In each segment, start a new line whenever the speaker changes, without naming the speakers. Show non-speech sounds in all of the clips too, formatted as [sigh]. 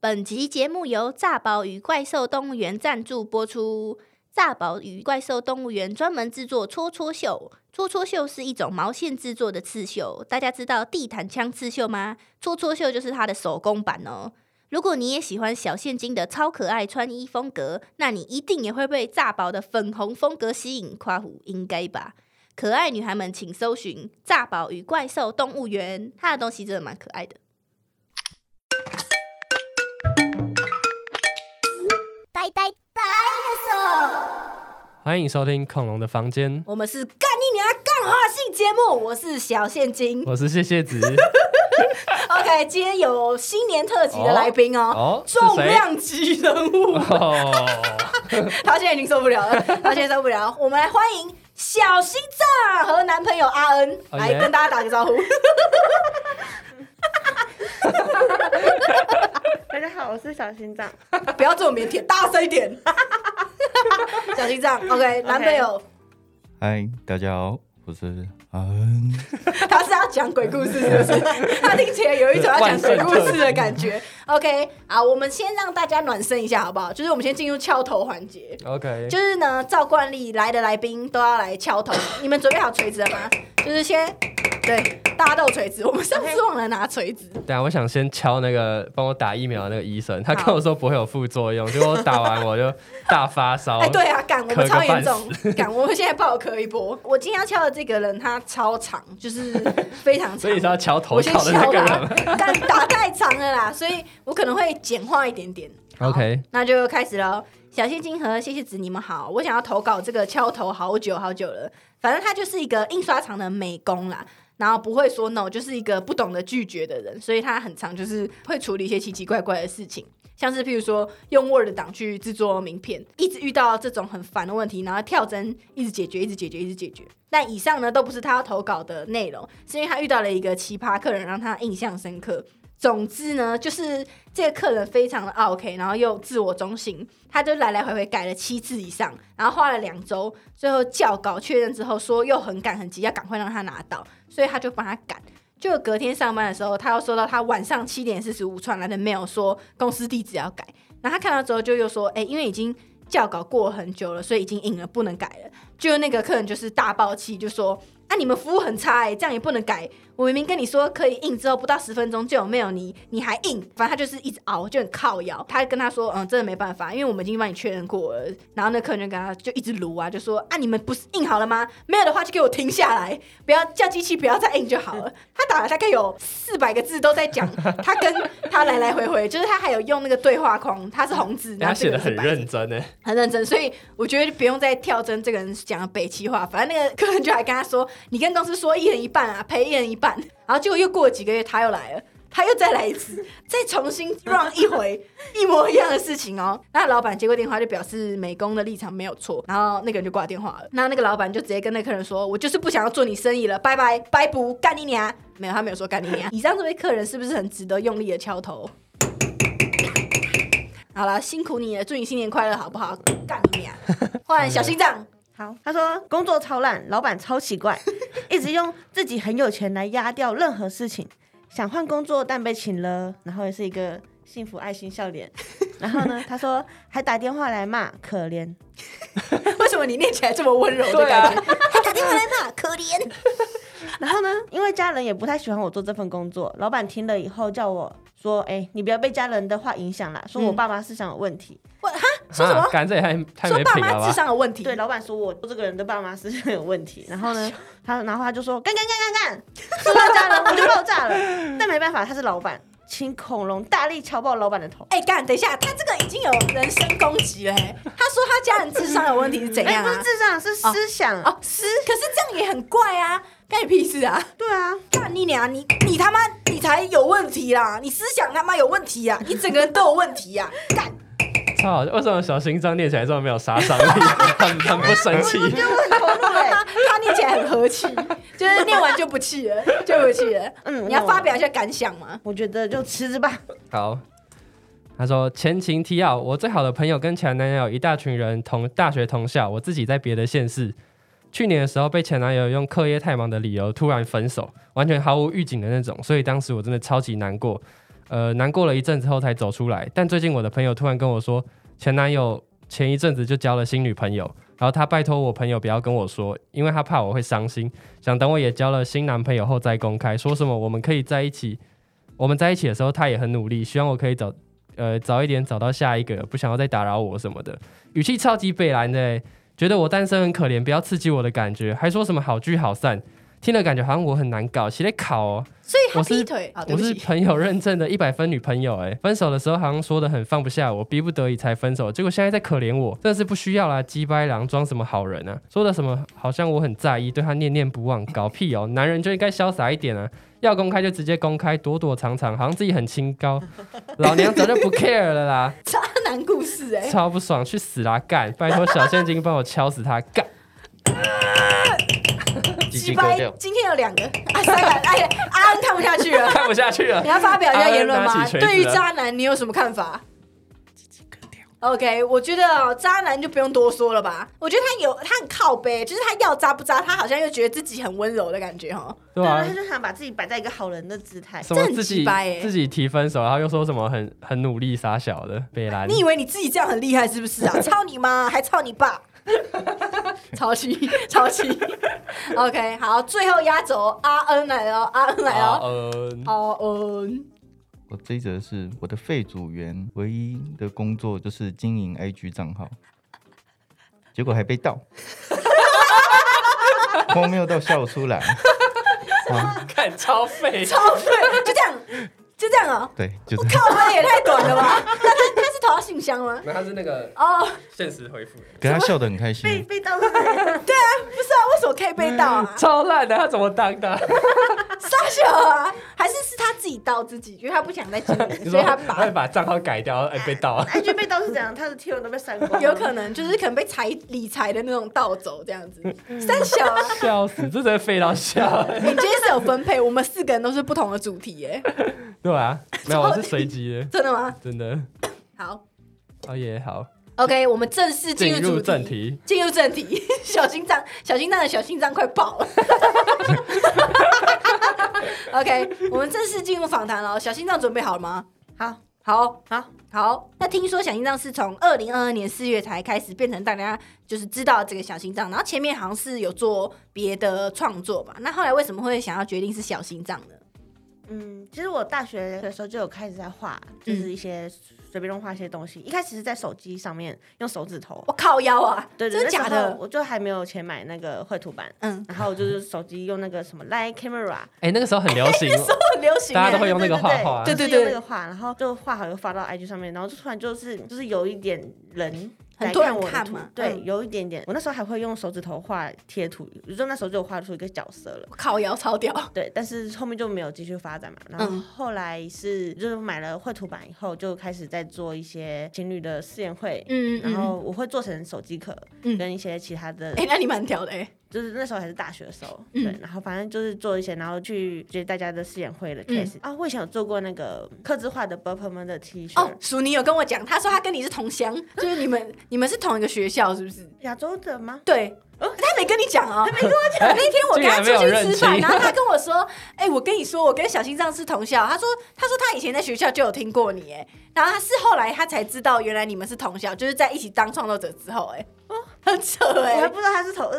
本集节目由炸宝与怪兽动物园赞助播出。炸宝与怪兽动物园专门制作戳戳绣，戳戳绣是一种毛线制作的刺绣。大家知道地毯枪刺绣吗？戳戳绣就是它的手工版哦。如果你也喜欢小现金的超可爱穿衣风格，那你一定也会被炸宝的粉红风格吸引。夸虎应该吧？可爱女孩们，请搜寻“炸宝与怪兽动物园”，它的东西真的蛮可爱的。
呆呆 dinosaur，
欢迎收听《恐龙的房间》，
我们是干你娘干话性节目，我是小现金。
我是谢谢子。
OK，今天有新年特辑的来宾 [laughs] 哦，
哦，是
重
谁？
量级人物， [laughs]
哦，
他现在已经受不了了，他现在受不了了。我们来欢迎小心脏和男朋友阿恩
哦
来
耶
跟大家打个招呼。
[laughs] 大家好，我是小心脏。
不要这么腼腆，大声一点。小心脏，OK，男朋友
嗨，大家好，我是阿恩。
他是要讲鬼故事，是不是？他听起来有一种要讲鬼故事的感觉。OK，啊，我们先让大家暖身一下，好不好？就是我们先进入敲头环节。
OK，
就是呢，照惯例来的来宾都要来敲头，你们准备好锤子了吗？ [coughs] 就是先对，大家都有锤子，我们上次忘了拿锤子。
等下我想先敲那个帮我打疫苗的那个医生，他跟我说不会有副作用，结果我打完我就大发烧。
[laughs] 哎、对啊，赶我们
哦咳个
超严
半
重，赶我们现在爆咳一波。 [laughs] 我今天要敲的这个人，他超长，就是非常
[laughs] 所以
长
你。是要敲头
我先
敲的那
敲
个
打
人。，
但打太长了啦，所以我可能会简化一点点。啊好
[laughs] OK 哎
那就开始喽。小谢金和呃谢谢子，你们好，我想要投稿这个敲头好久好久了，反正他就是一个印刷厂的美工啦。然后不会说 no，就是一个不懂得拒绝的人，所以他很常就是会处理一些奇奇怪怪的事情，像是譬如说用 Word 档去制作名片，一直遇到这种很烦的问题，然后跳针一直解决，一直解决，一直解决。但以上呢都不是他要投稿的内容，是因为他遇到了一个奇葩客人，让他印象深刻。总之呢，就是这个客人非常的 OK，然后又自我中心，他就来来回回改了七次以上，然后花了两周，最后校稿确认之后说又很赶很急，要赶快让他拿到，所以他就帮他赶。就隔天上班的时候，他又收到他晚上七点四十五传来的 mail 说公司地址要改，然后他看到之后就又说，哎、因为已经校稿过很久了，所以已经印了，不能改了。就那个客人就是大爆气，就说啊，你们服务很差哎、这样也不能改，我明明跟你说可以印，之后不到十分钟就有没有你，你还印，反正他就是一直熬，就很靠摇。他跟他说，嗯，真的没办法，因为我们已经帮你确认过了。然后那客人就跟他就一直撸啊，就说啊，你们不是印好了吗？没有的话就给我停下来，不要叫机器不要再印就好了。 [laughs] 他打了大概有四百个字都在讲，他跟他来来回回，就是他还有用那个对话框，他是红字，然
哎他
后这
写
个
的
是
很
白字
认真欸诶，
很认真，所以我觉得不用再跳针这个人讲的北齐话。反正那个客人就还跟他说：“你跟公司说一人一半啊，赔一人一半。”然后结果又过了几个月，他又来了，他又再来一次，再重新 run 一回，一模一样的事情哦。那老板接过电话就表示美工的立场没有错，然后那个人就挂电话了。那那个老板就直接跟那客人说：“我就是不想要做你生意了，拜拜，拜不干你娘。”没有，他没有说干你娘。以上这位客人是不是很值得用力的敲头？好了，辛苦你了，祝你新年快乐，好不好？干你
[laughs]
娘！换小心脏，
好，他说工作超烂，老板超奇怪，一直用自己很有钱来压掉任何事情。想换工作，但被请了，然后也是一个幸福爱心笑脸。然后呢，他说还打电话来骂，可怜。
为什么你念起来这么温柔的
哎对啊
感觉？他打电话来骂，可怜。
然后呢，因为家人也不太喜欢我做这份工作，老板听了以后叫我说：“哎、你不要被家人的话影响啦，说我
嗯
爸妈思想有问题。
我哈， [laughs] 说什么？
哈啊干这也太太
说
没
爸
品了
妈智
吧？
商有问题？
对，老板说我这个人的爸妈思想有问题。然后呢，他然后他就说干干干干干，说到家人我就爆炸了。但没办法，他是老板，请恐龙大力敲爆老板的头。
哎、干，等一下，他这个已经有人身攻击了、欸。他说他家人智商有问题是怎
哎、
样
不是
啊？
智障，是思想。
哦，是，可是这样也很怪啊，干你屁事啊！
对啊，
干你娘！你你他妈你才有问题啦！你思想他妈有问题啊！你整个人都有问题啊！干，
超好笑，为什么小心脏念起来这么没有杀伤力？ [laughs] 很很不生气。
他他念起来很和气，就是念完就不气了，就不气了。
嗯
你要发
表，
表一下感想吗？
我觉得就辞职吧。
好，他说前情提要：我最好的朋友跟前男友一大群人同大学同校，我自己在别的县市。去年的时候被前男友用课业太忙的理由突然分手，完全毫无预警的那种，所以当时我真的超级难过。呃，难过了一阵子后才走出来。但最近我的朋友突然跟我说，前男友前一阵子就交了新女朋友，然后他拜托我朋友不要跟我说，因为他怕我会伤心，想等我也交了新男朋友后再公开，说什么我们可以在一起，我们在一起的时候他也很努力，希望我可以早呃早一点找到下一个，不想要再打扰我什么的，语气超级北蓝的欸、觉得我单身很可怜，不要刺激我的感觉，还说什么好聚好散。听了感觉好像我很难搞，写得考哦。
所以他
我是
劈腿啊，对
我
不
是
起， [laughs]
朋友认证的一百分女朋友、欸，哎，分手的时候好像说的很放不下我，逼不得已才分手，结果现在在可怜我，真的是不需要啦，鸡掰狼装什么好人啊？说的什么好像我很在意，对他念念不忘，搞屁哦， [laughs] 男人就应该潇洒一点啊，要公开就直接公开，躲躲藏藏，好像自己很
[laughs]
清高，老娘早就不 care 了啦，
渣男故事哎、
超不爽，去死啦干！拜托小现金帮我敲死他干！
鸡
鸡
鸡
掰
割掉，，
今天有两个，啊，三个，哎，阿恩看不下去
[laughs]
了，
看不下去了
你，要发表一下言论
阿恩
吗
拿？起锤子了啊
对于渣男，你有什么看法？OK，我觉得哦，渣男就不用多说了吧。我觉得他有他很靠背，就是他要渣不渣，他好像又觉得自己很温柔的感觉哦。
对
啊，
啊
他，就想把自己摆在一个好人的姿态。
什么
这很
自
鸡
己
掰欸
自己提分手，然后又说什么很很努力傻小的北兰，
你以为你自己这样很厉害是不是
[laughs]
啊？操你妈，还操你爸！抄袭，抄袭。OK，好，最后压轴，阿恩来了，阿恩来了，
啊呃，
[laughs] 阿恩。
我这一则是我的废组员唯一的工作就是经营 IG 账号，结果还被盗，荒谬到笑出来。啊，
看 [laughs] 超废，
超废，就这样，就这样哦、
对，就是
靠背也太短了吧？他是他是投到信箱吗？
那他是那个
哦、
现实回复，
可他笑得很开
被
心，
被盗是怎样
不是啊，为什么可以被盗啊？
[laughs] 超烂的，他怎么当
[laughs]
的？嗯
傻小啊，还是是他自己盗自己，因为他不想再经营，
[laughs] 你
所
说
以他
他会
把。
把账号改掉，哎，被
[laughs]
盗，
？IG 被盗是怎样？他的贴文都被删光了，
有可能就是可能被财理财的那种盗走这样子，
嗯
三小啊！
笑死，这真的废
[laughs]
到笑，
你今天是有分配，我们四个人都是不同的主题耶，
对啊，没有，我是随机的，
真的吗？
真的，
好
哦也好，
，OK，我们正式进
进
入
入
主
正，题，
进入正题， [laughs] 小心脏，小心脏的小心脏快爆了。OK，我们正式进入访谈了，小心脏准备好了吗？
好
好，
好，
好，那听说小心脏是从二零二二年四月才开始变成大家就是知道这个小心脏，然后前面好像是有做别的创作吧？那后来为什么会想要决定是小心脏呢？
嗯，其实我大学的时候就有开始在画，
嗯
就是一些随便乱画一些东西。一开始是在手机上面用手指头，
我靠腰啊，
对对，
真的
那
假
时候
的？
我就还没有钱买那个绘图板，
嗯，
然后我就是手机用那个什么 Line Camera，
哎，那个时候很
[laughs]
流行，
很流行耶，欸
大家都哦会用那个画画啊
对
对对
对，就是用那个画，然后就画好又发到 IG 上面，然后就突然就是就是有一点人。
很多人
我的
看
图
嘛
对
嗯，
有一点点。我那时候还会用手指头画贴图，就那时候就有画出一个角色了。
我靠腰超屌，
对，但是后面就没有继续发展嘛。然后
嗯
后来是就是买了绘图板以后，就开始在做一些情侣的试验会。
嗯
然后我会做成手机壳，
嗯
跟一些其他的
哎、，那你蛮屌的哎、
就是那时候还是大学的时候，
嗯
对，然后反正就是做一些，然后去接大家的试演会的
嗯
case、啊。我以前有做过那个刻字化的 b u r p e r m a n 的 T 恤，
哦，鼠尼有跟我讲，他说他跟你是同 [laughs] 乡，就是你们你们是同一个学校，是不是？
亚洲的吗？
对，他没跟你讲 [laughs] 哦，他没跟我讲。那天我跟他
竟然没有认
出去吃饭，
清
然后他跟我说：“ [laughs] 哎、我跟你说，我跟小心脏是同校。”他说：“他说他以前在学校就有听过你，哎，然后他是后来他才知道原来你们是同校，就是在一起当创作者之后，哎，很扯
我还
哎，
不知道他是头，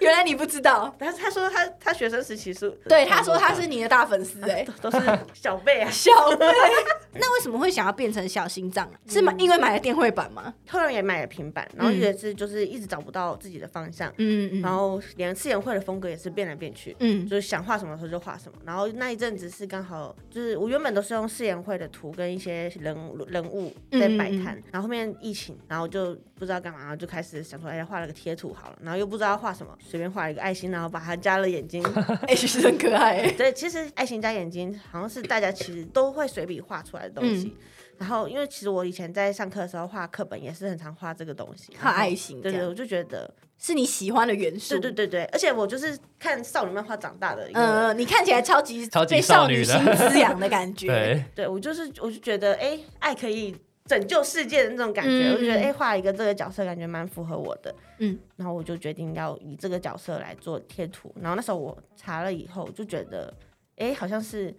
原来你不知道。
但是 [laughs] 他说他他学生时期是，
对，他说他是你的大粉丝，哎。。
都是小辈啊
小贝， [laughs] 那为什么会想要变成小心脏啊？是买因为买了电绘版吗？
后来也买了平板，然后
嗯
也是就是一直找不到自己的方向，
嗯
然后连试演会的风格也是变来变去。
嗯
就是想画什么时候就画什么，然后那一阵子是刚好，就是我原本都是用誓言会的图跟一些人物人物
嗯
在摆摊，然后后面疫情，然后就不知道干嘛，然后就开始想说，哎，画了个贴图好了，然后又不知道画什么，随便画了一个爱心，然后把它加了
[laughs]
眼睛。
哎，其实很可爱 [laughs] 哎。
对，其实爱心加眼睛好像是大家其实都会随笔画出来的东西。
嗯
然后，因为其实我以前在上课的时候画课本也是很常画这个东西，
画爱心
对
这
对，
样
我就觉得，
是你喜欢的元素。
对对对对，而且我就是看少女漫画长大的一个人
嗯，嗯，你看起来超级
超级
被
少
少
女
女
的
心滋养的感觉。
[laughs] 对，
对我就是我就觉得，哎、爱可以拯救世界的那种感觉，
嗯
我就觉得，哎、画一个这个角色感觉蛮符合我的，
嗯，
然后我就决定要以这个角色来做贴图，然后那时候我查了以后，我就觉得，哎、好像是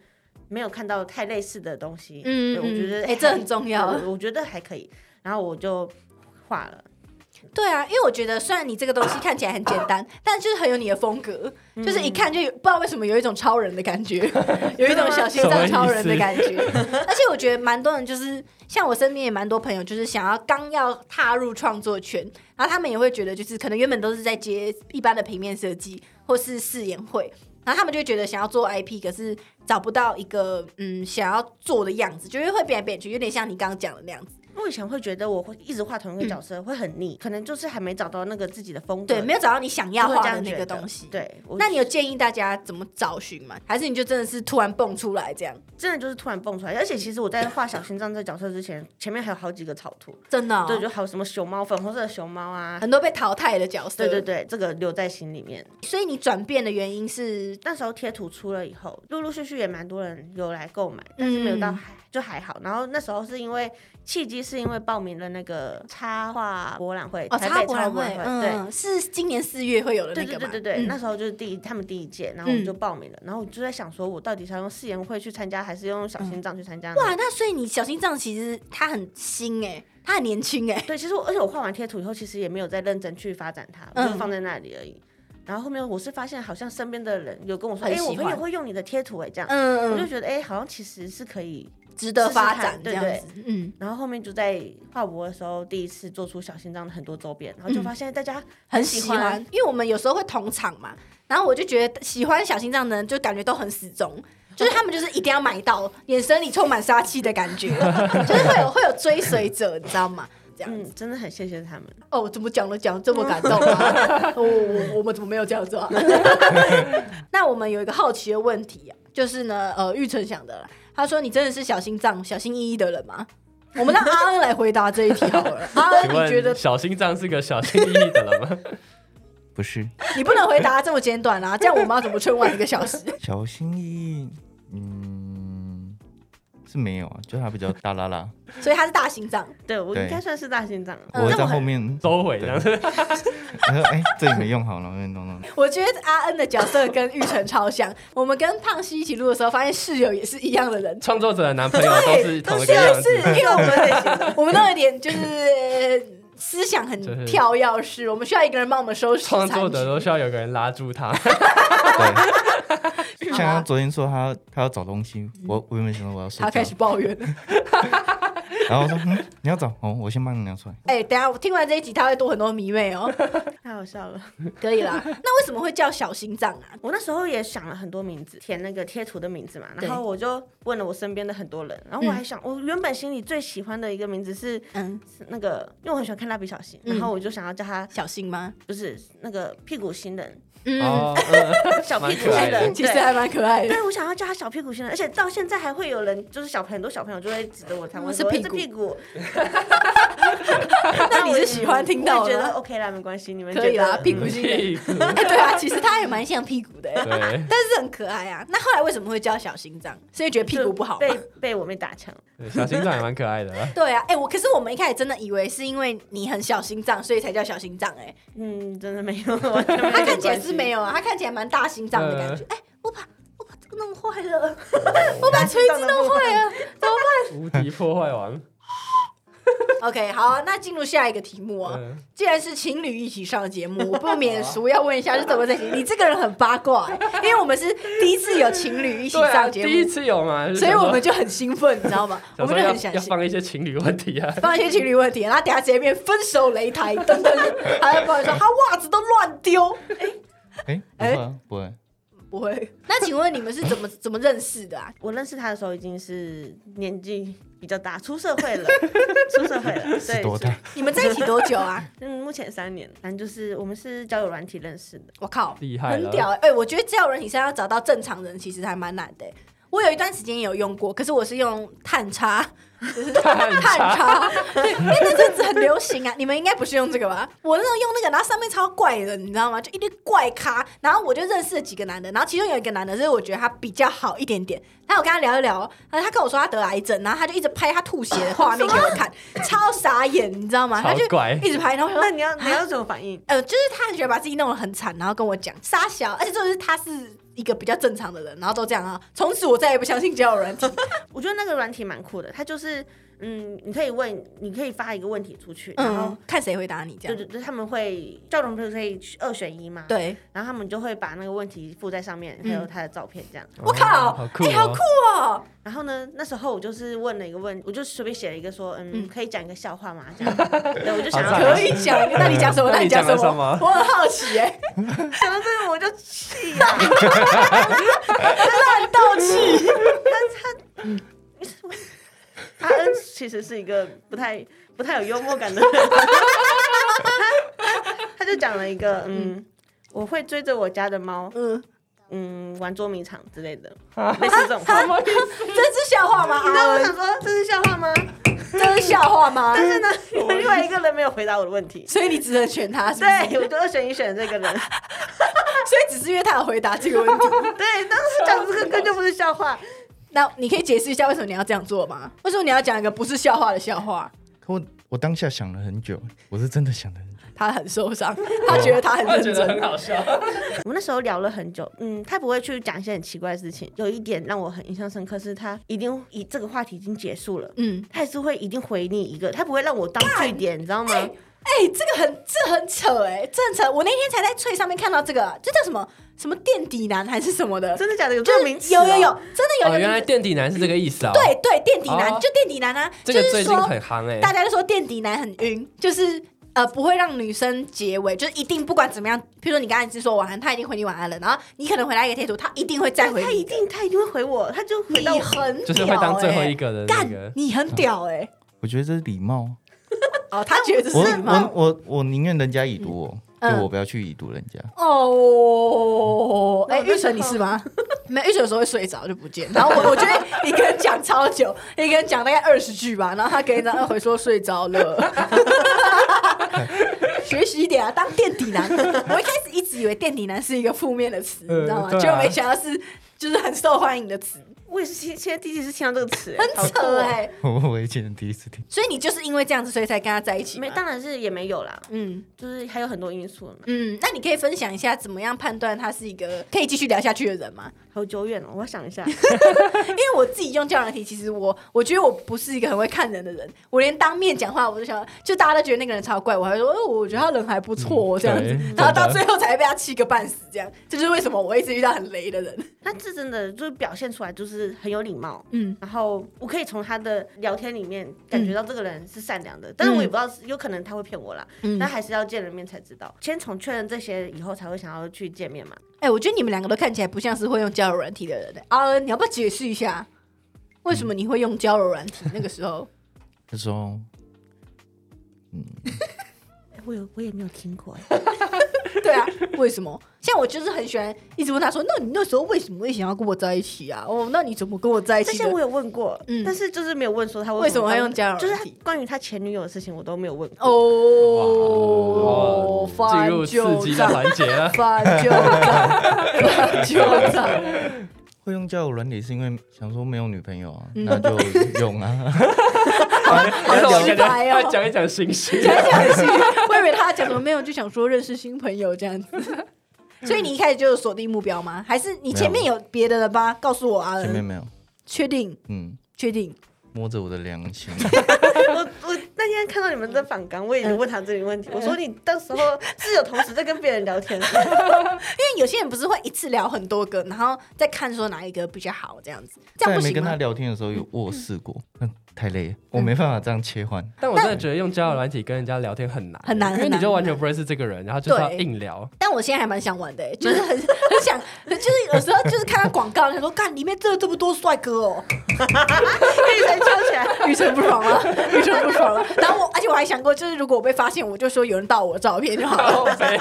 没有看到太类似的东西。
嗯
对我觉得
嗯哎这很重要
对我觉得还可以。然后我就画了，
对啊，因为我觉得虽然你这个东
[coughs]
西看起来很简单，但就是很有你的风格，
嗯
就是一看就有不知道为什么有一种超人的
[laughs]
感觉，有一种小心脏超人的感觉。
啊
而且我觉得蛮多人就是像我身边也蛮多朋友，就是想要刚要踏入创作圈，然后他们也会觉得就是可能原本都是在接一般的平面设计或是试演会。然后他们就会觉得想要
嗯
做 IP，可是找不到一个嗯想要做的样子，就是会变来变去，有点像你刚刚讲的那样子。
我以前会觉得我会一直画同一个角色、会很腻，可能就是还没找到那个自己的风格，
嗯对，没有找到你想要
就会这
画的
样
那个
觉得
东西。
对，我
那你有建议大家怎么找寻吗？还是你就真的是突然蹦出来这样？
真的就是突然蹦出来，而且其实我在画小心脏这角色之前，前面还有好几个草图，
真的、哦，
对，就还有什么熊猫、粉红色的熊猫啊，
很多被淘汰的角色。
对对对，这个留在心里面。
对，所以你转变的原因是，
那时候贴图出了以后，陆陆续续也蛮多人有来购买，但是没有到
嗯
还、就还好。然后那时候是因为契机，是因为报名了那个插画博览会，
哦，
台
插
北
博
插
览
画博
会
览，会，对。
嗯，是今年四月会有的那
对对
个
对
吗？
对对，
嗯
那时候就是第一他们第一届，然后我们
嗯
就报名了，然后我就在想说，我到底是要用誓言会去参加，还是用小
嗯
心脏去参加呢？
哇，那所以你小心脏其实他很新哎、他很年轻哎、
对，其实我而且我画完贴图以后，其实也没有再认真去发展它，我就
嗯
放在那里而已。然后后面我是发现，好像身边的人有跟我说，
很
哎、我
喜
朋友
欢
会用你的贴图哎、这样，
嗯
我就
嗯，
觉得哎、好像其实是可以。
值得发
试试
展
看
这
对
样子，嗯，
然后后面就在画博的时候，第一次做出小心脏的很多周边，然后就发现大家
嗯很
喜
喜欢，因为我们有时候会同场嘛，然后我就觉得喜欢小心脏的人就感觉都很死忠，就是他们就是一定要买到，眼神里充满杀气的感觉， [laughs] 就是会有会有追随者，你知道吗？这样、
嗯，真的很谢谢他们。
哦，怎么讲都讲这么感动 [laughs] 啊！我我我们怎么没有这样做、 [laughs] 啊？那我们有一个好奇的问题啊，就是呢，呃，玉成想的啦，他说你真的是小心脏、小心翼翼的人吗？我们让阿恩来回答这一题好 [laughs] 了。阿恩，
请
你觉得
问小心脏是个小心翼翼的
[laughs]
人吗？
不是
你不能回答这么简短啊？这样我们要怎么春晚一个小时？
小心翼翼，嗯，是没有啊，就他比较大啦啦，
所以他是大心脏，
对我应
对
该算是大心脏了，
我
但
在
很
后面
收回这样子，
然后哎，这里没用好了，没弄弄。
我觉得阿恩的角色跟玉成超像。我们跟胖西一起录的时候，发现室友也是一样的人，
创作者的男朋友都是同一个样
是
子
是，，因为我
[laughs]
们我们都有点就是呃思想
就是
很跳跃式，我们需要一个人帮我们收拾
创作者
残
都
局
需要有个人拉住他。
对，
[laughs] 好
像他
啊
昨天说他他要找东西，我我也没想到我要睡
他
觉
开，始抱怨了。
[laughs]
然后我说嗯，你要找哦，我先帮你拿出来。
哎、等一下我听完这一集，他会多很多迷妹
[laughs]
哦。
太好笑了。
可以啦，那为什么会叫小心脏啊？
我那时候也想了很多名字，填那个贴图的名字嘛，
对
然后我就问了我身边的很多人，然后我还想，我原本心里最喜欢的一个名字是
嗯，
是那个，因为我很喜欢看蜡笔小新，
嗯
然后我就想要叫他
小心吗？
不是那个屁股新人，
嗯，
哦，嗯
小屁股
蛮可
新
爱的
人，
其实
对
还蛮可爱的。
对，我想要叫他小屁股新人，而且到现在还会有人，就是小朋友很多小朋友就会指着我谈，
嗯
我
是
说
屁
这
股
屁股。
[laughs] 那你
我
是喜欢听到
我也觉得
的吗？
OK 啦，没关系，你们
可以
觉得
啦，屁股是一个。
屁股
哎、 [laughs] 对啊，其实它也蛮像屁股的、欸，
对，
但是很可爱啊。那后来为什么会叫小心脏？是因为觉得屁股不好
被
吗？
被我妹打枪，
对小心脏也蛮可爱的。
对啊，哎、我可是我们一开始真的以为是因为你很小心脏，所以才叫小心脏、欸。
嗯，真的没有，完 [laughs] 全没有
哎，他看起来
关系
是没有啊，他看起来蛮大心脏的感觉。
呃
哎、我把我把这个弄坏了， [laughs] 我把锤子弄坏
[laughs]
了。
无敌破坏王，
OK，好、啊，那进入下一个题目啊。
嗯
既然是情侣一起上节目，
[laughs]
我不免俗要问一下是怎么在一起？你这个人很八卦、欸，因为我们是第一次有情侣一起
对啊，
上节
第一
目，
次有嘛，就
所以
想说
我们就很兴奋，你知道吗？我
想
们
说
就
要
很想
要放一些情侣问题啊。
[laughs] 放一些情侣问题，然后等下直接变分手擂台，等 [laughs] 等，还要抱怨说他袜子都乱丢，
哎，不会啊不会，
不会。那请问你们是怎么怎么认识的啊？
我认识他的时候已经是年纪比较大，出社会了，出社会了，
是多
对，
大？
你们在一起多久啊？
嗯，目前三年，反正就是我们是交友软体认识的，
我靠，
厉害了
很屌哎、欸我觉得交友软体上要找到正常人，其实还蛮难的欸、我有一段时间也有用过，可是我是用探查，就是探查，对，因为那阵子很流行啊。你们应该不是用这个吧？我那时候用那个，然后上面超怪的，你知道吗？就一堆怪咖。然后我就认识了几个男的，然后其中有一个男的，就是我觉得他比较好一点点。然后我跟他聊一聊，然后他跟我说他得癌症，然后他就一直拍他吐血的画面给我
[laughs]
看，超傻眼，你知道吗？他就
超怪
一直拍，然后我想说
那 [laughs] 你要你要怎么反应？
呃，就是他很喜欢把自己弄得很惨，然后跟我讲傻小，而且就是他是一个比较正常的人，然后都这样啊。从此我再也不相信交友软体。
我觉得那个软体蛮酷的，它就是嗯，你可以问，你可以发一个问题出去，然后
嗯，看谁回答你这
就
样。
就就他们会教容就可以二选一嘛，，
对，
然后他们就会把那个问题附在上面，还有他的照片这样。
我靠
好酷、
哎好
酷！
哇，
然后呢，那时候我就是问了一个问，我就随便写了一个说，嗯，哦
嗯
可以讲一个笑话吗？这 [laughs] 样，对，我就想
好
要
赞啊
可以讲，那你讲什么？
那
那
你
你讲什
讲了什么
么？我很好奇哎、
想到这个我就气呀、啊，
很斗气。
阿 [laughs] 恩其实是一个不太不太有幽默感的人， [laughs] 他他就讲了一个，嗯，我会追着我家的猫，
嗯，
嗯，玩捉迷藏之类 [laughs] 的，类似这种话。
啊这是笑话吗？
[laughs] 你知道
阿
我
文
想说这是笑话吗？
这是笑话吗？
但是呢，有另外一个人没有回答我的问题。
所以你只能选他，是不是？
对，我就二选一选这个人。
所以只是因为他有回答这个问题。 [laughs]
对，当时讲这个根本就不是笑话，
那你可以解释一下为什么你要这样做吗？为什么你要讲一个不是笑话的笑话？
可我我当下想了很久，我是真的想了很久。
他很受伤， [laughs] 他觉得他很
我
认
哦觉得很
真。
好
[laughs]
笑。
我们那时候聊了很久，嗯，他不会去讲一些很奇怪的事情。有一点让我很印象深刻是，他一定以这个话题已经结束了，
嗯，
他还是会一定回你一个，他不会让我当据点，你知道吗？
哎、这个很这很扯哎、这很扯。我那天才在翠上面看到这个，这叫什么什么垫底男还是什么的，
真的假的？有
就
这
是
个名词、
有有有，，真的有一
哦，
个
原来
名字
垫底男是这个意思哦。，
对对，垫底男、
哦
就垫底男啊，
这个
就是
最近
说
很夯哎、
大家就说垫底男很晕，就是呃不会让女生结尾，就是一定不管怎么样，譬如说你刚才只说晚安，他一定回你晚安了，然后你可能回来一个贴图，他一定会再回
他
你
一定他一定会回我，他就回
你
到我。
很屌、欸，
就是会当最后一个的那个
干，。你很屌哎、
我觉得这是礼貌，
哦，他觉得
我
是
我
吗？
我我宁愿人家已读我，
嗯
就我不要去已读人家。 [laughs]
哦，哎、
那
玉成你是吗？ [laughs] 没有，玉成有时候会睡着就不见，然后我我 [laughs] 觉得一个人讲超久，一个人讲大概二十句吧，然后他给你然后回说睡着了。 [laughs] 学习一点啊，当垫底男。我一开始一直以为垫底男是一个负面的词，
嗯
你知道吗？
对啊
结果没想到是就是很受欢迎的词，
我也是现现在第一次听到这个词，好
很
酷
扯
哦
哎、
我以前第一次听，
所以你就是因为这样子，所以才跟他在一起吗。
没，当然是也没有啦，
嗯，
就是还有很多因素嘛，
嗯，那你可以分享一下怎么样判断他是一个可以继续聊下去的人吗？
好久远哦，我想 [laughs] 一下。
因为我自己用交友软体，其实我我觉得我不是一个很会看人的人，我连当面讲话我就想，就大家都觉得那个人超怪，我还说，哦，我觉得他人还不错哦、这样子，
对
然后到
真的
最后才被他气个半死，这样，这就是为什么我一直遇到很雷的人。
那这真的就是表现出来就是很有礼貌，
嗯，
然后我可以从他的聊天里面感觉到这个人是善良的，但是我也不知道是，有可能他会骗我啦，
嗯
那还是要见了面才知道。先从确认这些以后，才会想要去见面嘛。
哎、我觉得你们两个都看起来不像是会用交友软体的人、欸。阿恩，你要不要解释一下，为什么你会用交友软体？那个时 [laughs] 候，
那时候，嗯，
哎我有我也没有听过哎，
对啊，为什么？像我就是很喜欢一直问他说：“那你那时候为什么会想要跟我在一起啊？哦，那你怎么跟我在一
这
起
些
的
我有问过，
嗯
但是就是没有问说他
为
什
什
么
么
会
会用交友
就是
软
他
体
关于他前女友的事情我都没有问
[laughs]
过。
哦，
进
翻
入刺
旧
激的
账，。
环节了
翻旧账，翻旧账。
会用交友软体是因为想说没有女朋友啊，
嗯
那就用啊。
[laughs]
[laughs] 好像我
直
感
白
觉
哦
他讲一讲心事，
[laughs] 讲一讲是，我以为他讲什么没有，就想说认识新朋友这样子。所以你一开始就有锁定目标吗？还是你前面有别的了吧？告诉我啊，
前面没有，
确定，
嗯，
确定。
摸着我的良心，
我我那天看到你们在访港，我也问他这个问题，
嗯
我说你到时候是有同时在跟别人聊天吗，
因为有些人不是会一次聊很多个，然后再看说哪一个比较好，这样子，这
在
样不
没
行
跟他
吗？
聊天的时候有我有试过，那太累了，我没办法这样切换。
但我真的觉得用交友软体跟人家聊天很难，
很难
因为
很
你
难
就完全不认识这个人，然后就是要
对
硬聊。
[laughs] 但我现在还蛮想玩的、欸，就是很很想，就是有时候就是看到广告，想说，看里面真的这么多帅哥哦，
可以才敲起
[laughs]
来。
女生不爽了，女生不爽了。然后我，而且我还想过，就是如果我被发现，我就说有人盗我的照片就好
[laughs]
了。
靠北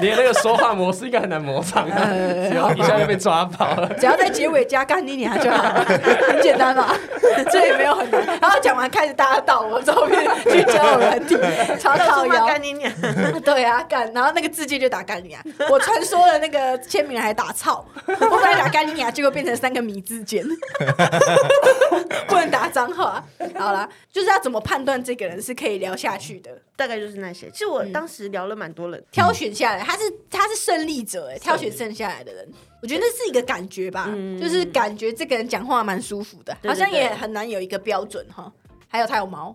你的那个说话模式应该很难模仿啊，
呃
只要一下就被抓包
[laughs]
了。
只要在结尾加干你娘就好
[laughs]
了，很简单嘛，这也没有很难。然后讲完开始大家盗我的照片去交友软体，超
到
讨
处骂
厌。
干你
[laughs]
娘！
对啊，干，然后那个字界就打干你啊！我传说的那个签名还打操，我本来打干你啊，结果变成三个米字
[laughs]
间，不能打脏话。好啦，就是要怎么判断这个人是可以聊下去的？
大概就是那些。其实
嗯
我当时聊了蛮多人，
挑选下来，他是他是胜利者哎，挑选剩下来的人，我觉得是一个感觉吧，
嗯
就是感觉这个人讲话蛮舒服的，
对对
好像也很难有一个标准哈。还有他有毛，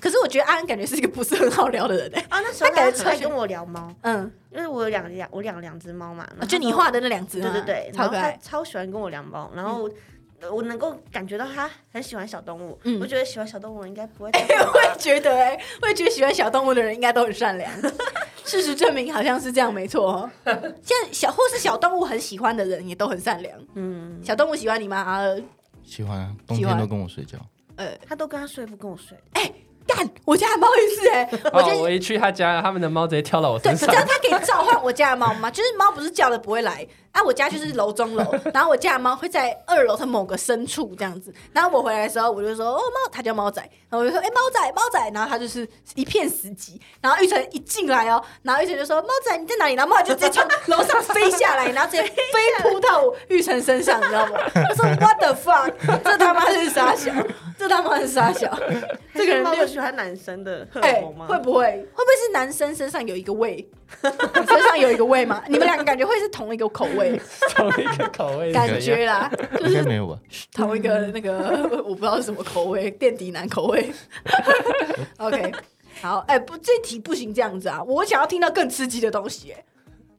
可是我觉得阿恩感觉是一个不是很好聊的人哎、
啊，那时候
他感
他
觉
很爱
扯
跟我聊猫，
嗯，
因为我有两两我养两只猫嘛，然后
哦就你
他
画的那两只
对
嘛，
对对，然
超
后
可
他
爱，
超喜欢跟我聊猫，然后我我能够感觉到他很喜欢小动物，
嗯
我觉得喜欢小动物应该
[laughs]
不会
[laughs] 我也觉得哎、我也觉得喜欢小动物的人应该都很善
[laughs]
良。事实证明好像是这样，没错、哦。现在小或是小动物很喜欢的人也都很善良。
嗯，
小动物喜欢你吗？阿恩，
喜欢啊，冬
喜
天
欢
都跟我睡觉。
呃，
他都跟他睡不跟我睡，
干，我家的猫也是哎、我
哦
觉得，
我一去他家，他们的猫直接跳到我
对，
身
这
上。
样它可以召唤我家的猫吗？就是猫不是叫了不会来，啊，我家就是楼中楼，然后我家的猫会在二楼的某个深处这样子，然后我回来的时候我就说哦猫，它叫猫仔，然后我就说哎、猫仔猫仔，然后它就是一片死寂，然后玉成一进来哦，然后玉成就说猫仔你在哪里？然后猫就直接从楼上飞下来，然后直接飞扑到我玉成身上，你知道吗？我说 what the fuck，这他妈是傻小，这他妈是傻小，这个
还是
人
猫
六
会喜欢男生的 [laughs] 荷
哎、
尔蒙吗？
会不会会不会是男生身上有一个 [laughs] 味，身上有一个味吗？你们两个感觉会是同一个口味
[laughs] 同一个口味是啊怎样，
感觉啦，
应该没有吧？
同一个那个我不知道是什么口味，垫底男口味。OK，好，
[laughs]
哎、不，这题不行这样子啊，我想要听到更刺激的东西、哎，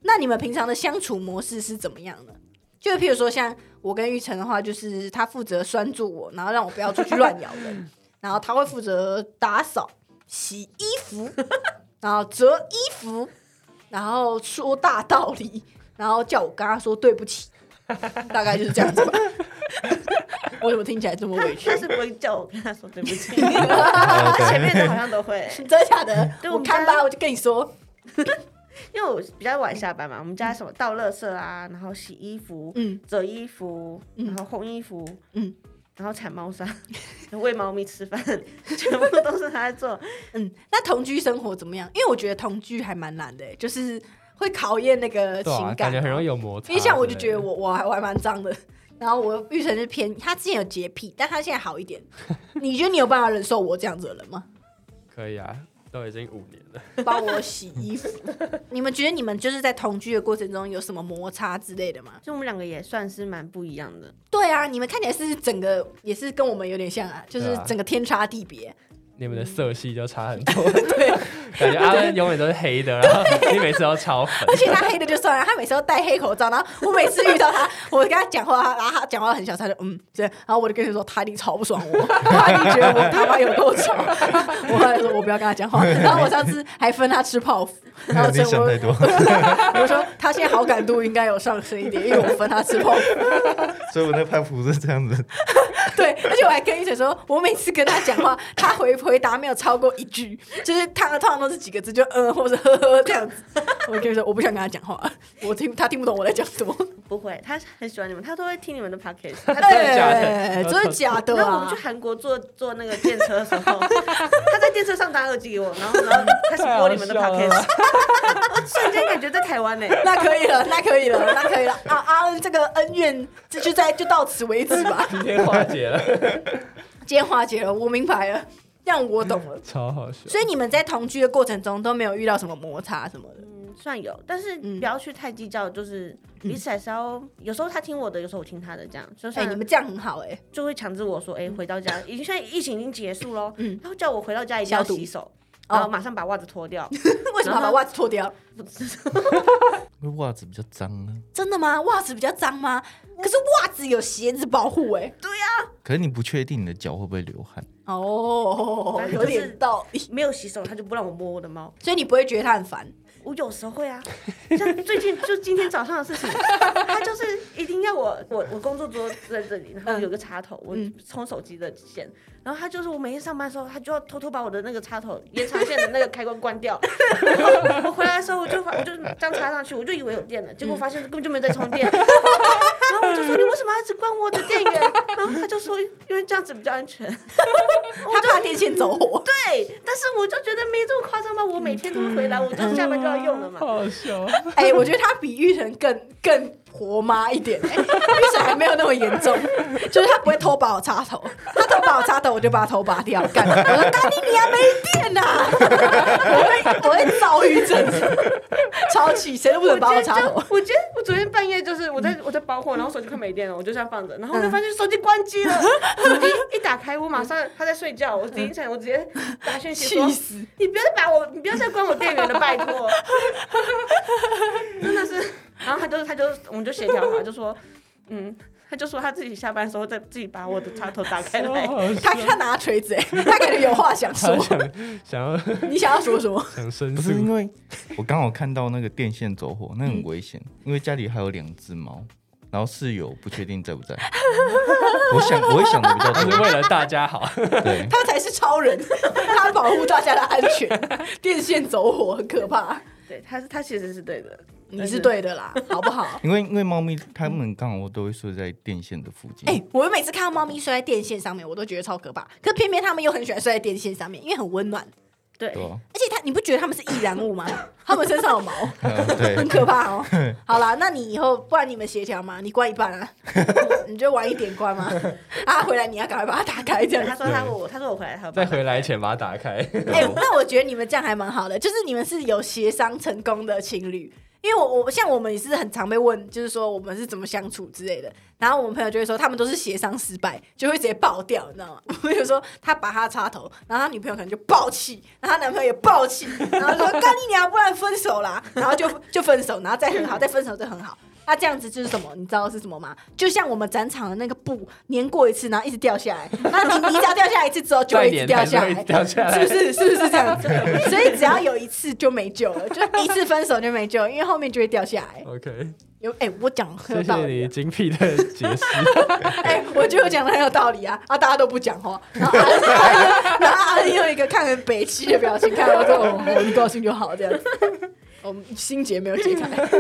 那你们平常的相处模式是怎么样的？就譬如说，像我跟玉成的话，就是他负责拴住我，然后让我不要出去乱咬
[laughs]
人，然后他会负责打扫、洗衣服，然后折衣服，然后说大道理，然后叫我跟他说对不起，大概就是这样子吧。 [laughs] 我怎么听起来这么
他
委屈？ [laughs]
他是不会叫我跟他说对不起，
哦
他
对
前面的好像都 [laughs] 会，
真的假的？
对我
我
们
看
家
吧，我就跟你说，
因为我比较晚下班嘛，我们家什么倒垃圾啊，然后洗衣服、
嗯，
折衣服，
嗯
然后烘衣服，
嗯。
然后
[laughs]
铲猫砂，喂猫咪吃饭， [laughs] 全部都是他在做。
嗯，那同居生活怎么样？因为我觉得同居还蛮难的、欸就是会考验那个
对
情
啊，
感、
感觉很容易。有摩擦。
因为像我就觉得，我我还我还蛮脏的，然后我玉成是偏，他之前有洁癖，但他现在好一
[laughs]
点。你觉得你有办法忍受我这样子的人吗？
可以啊，都已经五年了。
帮我洗衣
[laughs]
服，你们觉得你们就是在同居的过程中有什么摩擦之类的吗？
就我们两个也算是蛮不一样的。
对啊，你们看起来是整个也是跟我们有点像啊，就是
对啊
整个天差地别。
你们的色系就差很
嗯
多，对，感觉阿恩永远都是黑的，然后你每次都超粉，
而且他黑的就算了，他每次都戴黑口罩，然后我每次遇到他，我跟他讲话，然后他讲话很小声，他就嗯，对，然后我就跟他说他一定超不爽我，他一定觉得我他妈有够吵，我后来说我不要跟他讲话，然后我上次还分他吃泡芙，然后
你
所以
想
我
太多，
[laughs] 我就说他现在好感度应该有上升一点，因为我分他吃泡芙，
所以我那拍谱是这样子。
对，而且我还跟医生说，我每次跟他讲话，他回回答没有超过一句，就是他通常都是几个字，就嗯或者呵呵这样子，我跟你说我不想跟他讲话，我听他听不懂我在讲什么。
不会，他很喜欢你们，他都会听你们的 podcast。他
啊
真的假的
哎真的假的
然后我们
啊
去！韩国坐坐那个电车的时候，他在电车上打耳机给我，然后然后开始播你们的
太好笑了
[laughs]
podcast，我瞬间感觉在台湾欸呢、
[laughs] 那可以了，那可以了，那可以了啊！阿恩这个恩怨，这就在就到此为止吧。
今天化解了，
[laughs] 今天化解了，我明白了，让我懂了。
超好笑。
所以你们在同居的过程中都没有遇到什么摩擦什么的，
嗯，算有，但是不要去太计较，就是彼此还是要，有时候他听我的，有时候我听他的，这样就
嗯哎、
算
你们这样很好哎、
就会强制我说，哎、回到家，已经现在疫情已经结束喽，
嗯
他会叫我回到家一定要
消毒
洗手，
哦
然后马上把袜子脱掉，
为什么要把袜子脱掉？
因为袜子比较脏啊，
真的吗？袜子比较脏吗？可是袜子有鞋子保护哎、
可是你不确定你的脚会不会流汗，
哦，有点道理。
没有洗手他就不让我摸我的猫。
所以你不会觉得他很烦？
我有时候会啊，像最近就今天早上的事情，他就是一定要我我我工作桌在这里，然后有个插头，我
嗯
充手机的线，然后他就是我每天上班的时候，他就要偷偷把我的那个插头延长线的那个开关关掉，然后我回来的时候我就发我就这样插上去，我就以为有电了，结果发现根本就没有在充电，然后我就说你为什么要一直关我的电源？然后他就说因为这样子比较安全，
他怕电线走火。
对，但是我就觉得没这么夸张吧，我每天都会回来，我就下班就要用了
[laughs]
嘛。
好笑，
哎、我觉得他比玉成更更活妈一点，哎绿水还没有那么严重，就是他不会偷把我插头，他偷把我插头，我就把他头拔掉，干， [laughs] 我说大力你还没电呐、 [laughs] 我会我会躁郁症，超气，谁都不能把我
我今
插
天就
头，
我今天我昨天半夜就是我在我在包货，然后手机快没电了，我就这样放着，然后我就
嗯
发现手机关机了，手机一打开，我马上他在睡觉，我凌晨我直接打讯息说
嗯气死，
你不要再把我，你不要再关我电源了，拜
[laughs]
托， [laughs] 真的是。然后他就他就我们就协调好，就说嗯。他就说他自己下班的时候再自己把我的插头打开
哎
来，
他他拿锤子、哎他感觉有话想说
他，想想要
你想要说什么？ [laughs]
想申
不是因
诉，
为我刚好看到那个电线走火，那很危险，因为家里还有两只猫，然后室友不确定在不在。 [laughs] 我想，我啊会想的比较
他是为
多，
了大家好。
对，
他才是超人，他保护大家的安全。电线走火很可怕，
[laughs] 对，他是他其实是对的，
你是对的啦，好不好？
因为因为猫咪它们刚好都会睡在电线的附近。
哎、我每次看到猫咪睡在电线上面，我都觉得超可怕。可偏偏它们又很喜欢睡在电线上面，因为很温暖。
对
对吧？啊
而且它，你不觉得它们是易燃物吗？它们身上有毛，
呃
很
[laughs] 对，
可怕哦。好啦，那你以后不然你们协调嘛，你关一半啊，你就晚一点关嘛。啊，回来你要赶快把它打开这样
他
子。
说他我他说我回来他会
在
帮
回来前把它打开。
哎、那我觉得你们这样还蛮好的，就是你们是有协商成功的情侣。因为我我像我们也是很常被问，就是说我们是怎么相处之类的。然后我们朋友就会说，他们都是协商失败，就会直接爆掉，你知道吗？ [laughs] 比如说他拔他插头，然后他女朋友可能就爆气，然后他男朋友也爆气，然后就说干你娘，不然分手啦，然后就就分手，然后再很好，再分手就很好。那这样子就是什么？你知道是什么吗？就像我们展场的那个布粘过一次，然后一直掉下来。那你你只要掉下来一次之后，就会一直掉下
再
来，
粘它就会一直掉下来
是不是？是不是这样子？ [laughs] 所以只要有一次就没救了，就一次分手就没救了，因为后面就会掉下来。
OK，
有哎、我讲得很
谢
有道
谢
理
你
啊，
精辟的解
[laughs]
释。
哎、 [laughs] 我觉得我讲的很有道理啊啊！大家都不讲话，然 [laughs] 后阿恩阿恩然后阿恩用一个看很北气的表情看到说：“哦，我你高兴就好。”这 [laughs] 样子，我们心结没有解开。 [laughs]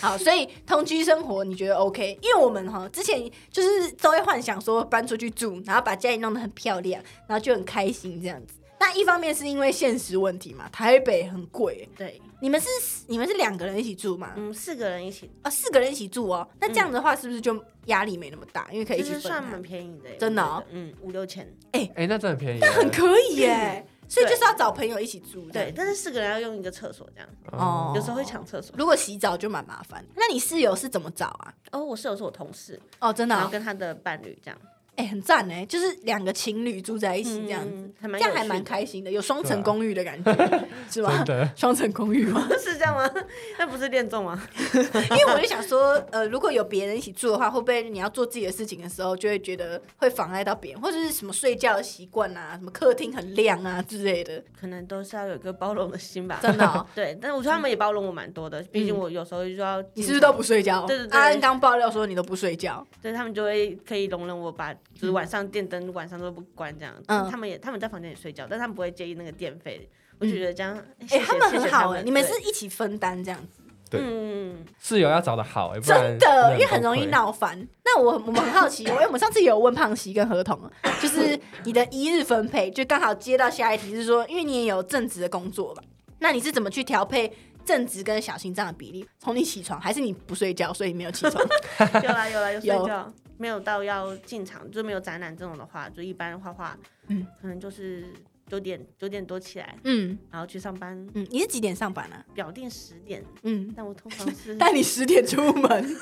好，所以同居生活你觉得 OK？因为我们哈之前就是都会幻想说搬出去住，然后把家里弄得很漂亮，然后就很开心这样子。那一方面是因为现实问题嘛，台北很贵。
对，
你们是你们是两个人一起住吗？
嗯，四个人一起，
啊、四个人一起住哦。那这样的话是不是就压力没那么大？因为可以一
其
起
实
分啊
算
摊
蛮便宜的耶，
真的哦
我觉得嗯，五六千。
哎，那真的很便宜。
很可以
[laughs]
耶。所以就是要找朋友一起住。
对，，但是四个人要用一个厕所这样，
哦，
有时候会抢厕所。
如果洗澡就蛮麻烦。那你室友是怎么找啊？
哦，我室友是我同事，
哦，真的、
然后
哦，
跟他的啊伴侣这样，
哎、很赞哎，就是两个情侣住在一起这样子，
嗯，还
这
蛮有
样
趣
还蛮
的。
开心的，有双层公寓的感觉，
[laughs]
是吧
啊真？的。
双层公寓
[laughs]
吗？
是这样吗？那不是恋综吗？
因为我就想说，呃，如果有别人一起住的话，会不会你要做自己的事情的时候，就会觉得会妨碍到别人，或者是什么睡觉的习惯啊，什么客厅很亮啊之类的，
可能都是要有一个包容的心吧。
真的、哦。嗯
对，但是我觉得他们也包容我蛮多的，毕竟我有时候就要，
你是不是都不？睡觉？
对对对
阿恩刚爆料说你都不睡觉，
对他们就会可以容忍我把，就是晚上电灯晚上都不关这样。
嗯
他们也他们在房间里睡觉，但他们不会介意那个电费。我就觉得这样，哎
哎、
谢谢
他们
谢
很
谢
好哎、你们
对
是一起分担这样子，
对
嗯，
室友要找的好、欸，不然
真的，因为
崩
很容易
溃。
闹翻。那我我们很好奇，因为我们上次有问胖西跟合同，就是你的一日分配，就刚好接到下一题是说，因为你也有正职的工作嘛，那你是怎么去调配正职跟小型这样的比例？从你起床，还是你不睡觉，所以你没有起床？ [laughs]
有啦有啦有睡
有
觉，没有到要进场，就没有展览这种的话，就一般画画，
嗯，
可能就是九点九点多起来，
嗯
然后去上班，
嗯，你是几点上班啊？
表定十点，
嗯，
但我通常是
[laughs] 但你十点出门，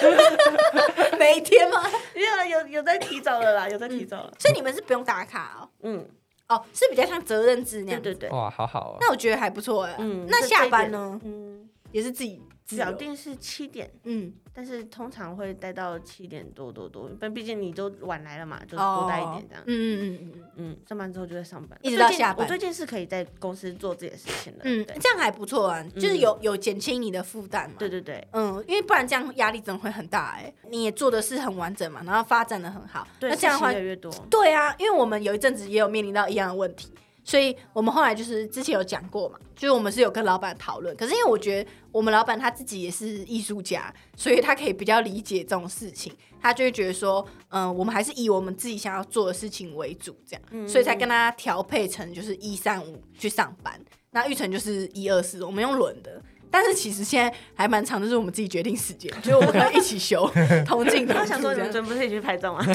对，
每天吗？
[laughs] 没有了，有有在提早了啦，
嗯
有在提早了，
所以你们是不用打卡
嗯，
哦，哦，是比较像责任制那
对
样子。
对对，
哇，好好、啊，
那我觉得还不错哎、
嗯，
那
这
下
这一
班
点
呢？
嗯，
也是自己自由
表定是七点。
嗯，
但是通常会待到七点多多多，但毕竟你都晚来了嘛，就多待一点这样。
哦嗯嗯嗯嗯
嗯，上班之后就在上班，
一直到
最近
下班
我最近是可以在公司做自己的事情的。
嗯，
对嗯
嗯，这样还不错啊，就是有有减轻你的负担嘛。
对对对，
嗯，因为不然这样压力真的会很大哎、你也做的是很完整嘛，然后发展的很好，
对，
那这样的话
事情越来越多。
对啊，因为我们有一阵子也有面临到一样的问题，所以我们后来就是之前有讲过嘛，就是我们是有跟老板讨论，可是因为我觉得我们老板他自己也是艺术家，所以他可以比较理解这种事情，他就会觉得说，嗯、我们还是以我们自己想要做的事情为主，这样，
嗯
所以才跟他调配成就是一三五去上班，那玉成就是一二四，我们用轮的。但是其实现在还蛮长，就是我们自己决定时间，就是我们可能一起
[laughs]
休，同进同
我
出
想
这 [laughs]
说，你
样
们。准不是一起去拍照吗？
[laughs]
[laughs]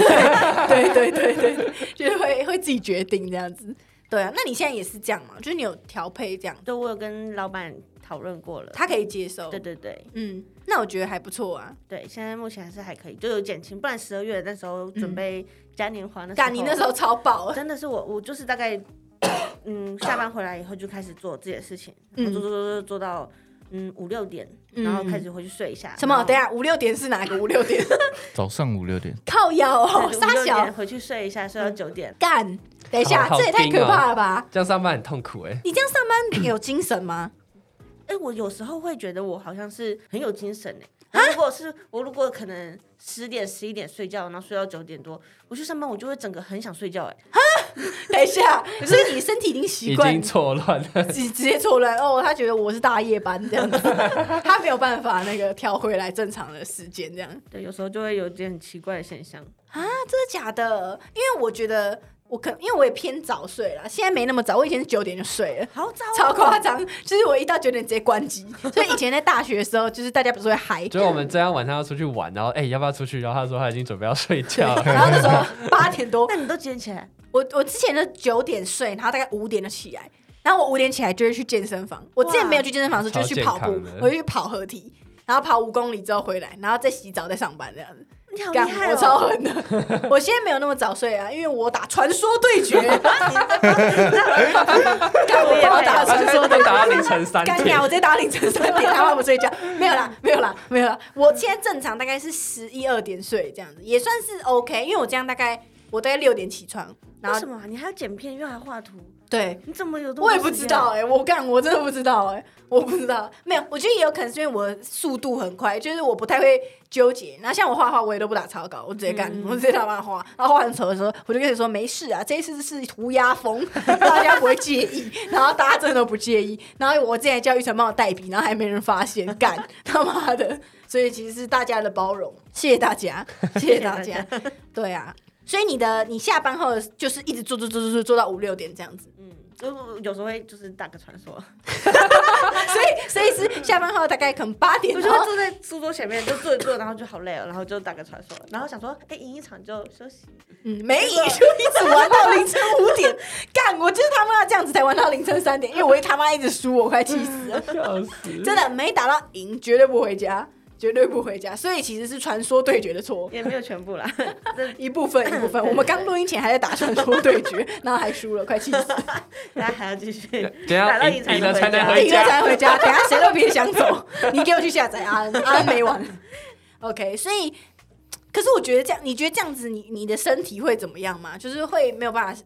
对对对对，对就是会会自己决定这样子。对啊，那你现在也是这样吗？就是你有调配这样，
对，我有跟老板讨论过了。
他可以接受。
对对对
嗯，那我觉得还不错
[laughs]
啊。
对，现在目前还是还可以，就有减轻。不然十二月那时候
嗯
准备嘉年华那时候，
干，你那时候超爆啊，
[laughs] 真的是我，我就是大概嗯下班回来以后就开始做自己的事情，
嗯嗯
然后做做做做做到嗯五六点，然后开始回去睡一下。
什么？
嗯
然后
等一下五六点是哪个五六点？ [laughs]
早上五六点，
靠腰
[laughs]
哦，
对
傻
五六
小嗯
点回去睡一下，睡到九点。
干。等一下，
好好
这也太
拼
可
哦
怕了吧！
这样上班很痛苦哎、
你这样上班有精神吗？
哎，我有时候会觉得我好像是很有精神哎。
啊
然后如果是我，如果可能十点十一点睡觉，然后睡到九点多，我去上班，我就会整个很想睡觉哎。
等一下，
[laughs]
所以你身体已经 [laughs] 习
啊已
惯
经错乱了。 [laughs]
直直接错乱哦，他觉得我是大夜班这样子， [laughs] 他没有办法那个调回来正常的时间这样啊，
对，有时候就会有点很奇怪的现象。
真的假的？因为我觉得我可因为我也偏早睡啦，现在没那么早，我以前是九点就睡了。
好哦早
超夸张，就是我一到九点直接关机，所以以前在大学的时候，就是大家不是会嗨，
就是我们这样晚上要出去玩，然后哎、要不要出去？然后他说他已经准备要睡觉
[laughs]
了。
然后那时候八点多，
那你都捡起来？
我我之前就九点睡，然后大概五点就起来，然后我五点起来就会去健身房。我之前没有去健身房的时候，
哇
就去跑
超
步
健康，的
我就去跑合体，然后跑五公里之后回来，然后再洗澡再上班这样子。
你好厉
干
害
我
哦！
超狠的， [laughs] 我现在没有那么早睡啊，因为我打传说对
[laughs]
决， [laughs] 干我帮我打传说对决。
都打到凌晨三
干
点
掉！，我直接打凌晨三点，他妈不睡觉。没有啦，没有啦，没有啦。我现在正常大概是十一二点睡这样子，也算是 OK，因为我这样大概我大概六点起床，然
为
后
什么啊、你还要剪片又还画图？
对，
你怎么有？
我也不知
啊
道。哎、我干，我真的不知道哎、我不知道，没有，我觉得也有可能是因为我速度很快，就是我不太会纠结。然后像我画画，我也都不打草稿，我直接干，我直接打乱画。然后画很丑的时候，我就跟你说没事啊，这一次是涂鸦风，大家不会介意。 [laughs] 然后大家真的都不介意。然后我之前还叫玉成帮我代笔，然后还没人发现，干他妈的！所以其实是大家的包容，谢谢大家，谢谢大家。对啊，所以你的你下班后就是一直做做做做做做到五六点这样子。
嗯，就是有时候会就是打个传说，
[laughs] 所以所以是下班后大概可能八点，
我就
[laughs] 然后
会坐在书桌前面就坐一坐，然后就好累哦了，然后就打个传说，然后想说，哎、赢一场就休息。
嗯没 [laughs] 赢就一直玩到凌晨五点， [laughs] 干我就是他妈要这样子才玩到凌晨三点，因为我他妈一直输，我快气死了，
笑死！
真的没打到赢绝对不回家，绝对不回家，所以其实是传说对决的错。
也没有全部啦， [laughs] 这
一部分一部分，我们刚录音前还在打传说对决，然后还输了，快气死！
大家还要继续
等一下
打到
赢
赢才
赢了
能
才
回
能
家。
回
赢了才回家， [laughs] 等下谁都别想走。 [laughs] 你给我去下载阿恩，阿恩没完。OK，所以，可是我觉得这样，你觉得这样子你，你的身体会怎么样吗？就是会没有办法，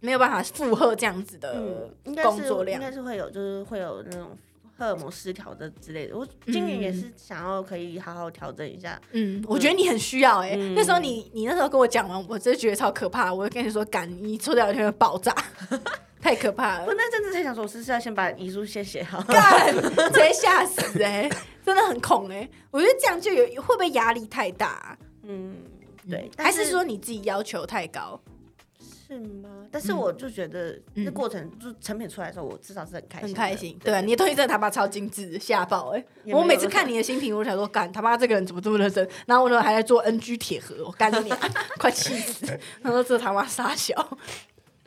没有办法负荷这样子的
嗯，应该
工
是
作
应
量。
该是会有，就是会有那种荷尔蒙失调的之类的。我今年也是想要可以好好调整一下，
嗯，我觉得你很需要哎、
嗯
那时候你你那时候跟我讲完，我真的觉得超可怕。我就跟你说，赶你抽掉一天会爆炸， [laughs] 太可怕了
[laughs] 我。那阵子才想说，我是不是要先把遗书先写好？
干，直接吓死哎、真的很恐哎、我觉得这样就有会不会压力太大啊、
嗯，对，但
还是说你自己要求太高？
是吗？但是我就觉得
嗯
那过程、就成品出来的时候，我至少是很开心，
很开心，对啊，你的东西真的他妈超精致，吓爆哎、
也没有
我每次看你的新品，我想说，干他妈这个人怎么这么认真？然后我那时候还在做 NG 铁盒，我干你娘， [laughs] 快气死！他说这他妈傻小。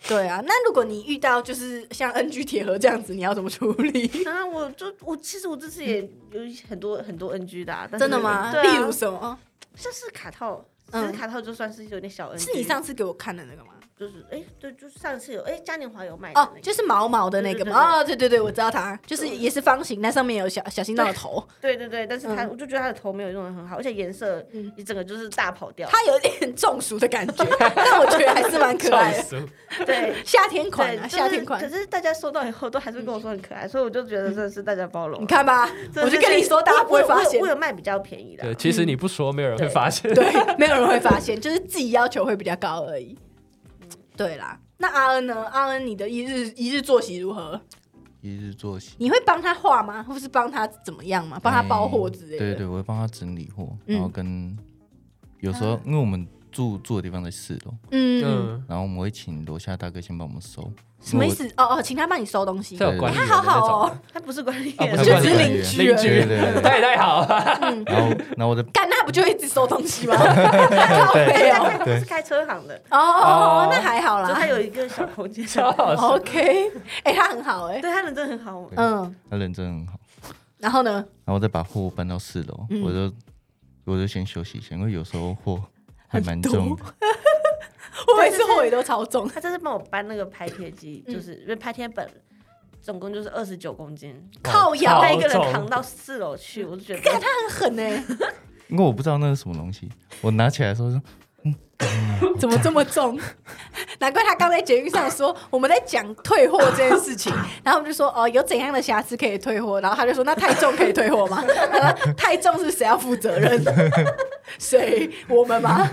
对啊，那如果你遇到就是像 NG 铁盒这样子，你要怎么处理？
啊，我就我其实我这次也有一很多很多 NG 的、啊，但是
[laughs] 真的吗？
对啊、
例如什么？
像是卡套，其
嗯
实卡套就算是有点小 NG，
是你上次给我看的那个吗？
就是哎、对，就是上次有哎、嘉年华有卖的
哦
那，个
就是毛毛的那个吗？哦，对对对，我知道它，就是也是方形，但上面有小小心脏的头，
对对对，但是它、
嗯
我就觉得它的头没有用的很好，而且颜色
嗯
一整个就是大跑掉，
它有点中暑的感觉， [laughs] 但我觉得还是蛮可爱的。
中暑
对。
夏天 [laughs] 款
对，
啊，
就是
夏天款
可。是大家收到以后都还是跟我说很可爱，所以我就觉得真的是大家包容
嗯你
了。
看吧，我就跟你说，大家不会发现
我有我有我。有卖比较便宜的啊，
对，其实你不说，没有人会发现。
对， [laughs] 没有人会发现，就是自己要求会比较高而已。对啦，那阿恩呢？阿恩，你的一日一日作息如何？
一日作息，
你会帮他画吗？或是帮他怎么样
哎
嗯
吗？帮他包货之类的？
对对，我会帮他整理货，
嗯
然后跟有时候因为我们住住的地方在四楼，
嗯，
嗯，
然后我们会请楼下大哥先帮我们收。
什么意思？哦哦，请他帮你收东西，
这有管理
他
员
好
的那
好
种，
哦，
他不是管理
哦
员，
不
[laughs] 就是
管
只
理
是
员
邻居
邻
而
对
已。
对对。
太太好了，
然后， [laughs] 然后我的
干那不就一直收东
[laughs]
西吗？靠背哦
他是开车行的，
哦
哦
哦，那还好
就
啦
他。有一个小空间。
哦
超好笑。
OK，哎， [laughs] 他很好哎，
对他人真的很好，
嗯，
他人真的很好，
然后呢？
然后再把货搬到四楼，
嗯
我就我就先休息一下，因为有时候货还蛮重的。
我每次后尾都超重，
他这次帮我搬那个拍贴机，
嗯
就是因为拍贴本总共就是二十九公斤，
靠
好
摇，
他
哎
一个人
重
扛到四楼去，我就觉
干
得
他很狠哎，
因为我不知道那是什么东西，我拿起来的时候说
[laughs] 怎么这么重？ [laughs] 难怪他刚在捷运上说我们在讲退货这件事 [laughs] 情，然后我们就说哦有怎样的瑕疵可以退货，然后他就说那太重可以退货 [laughs] 吗？他说太重是谁要负责 [laughs] 任？谁我们 [laughs] 吗？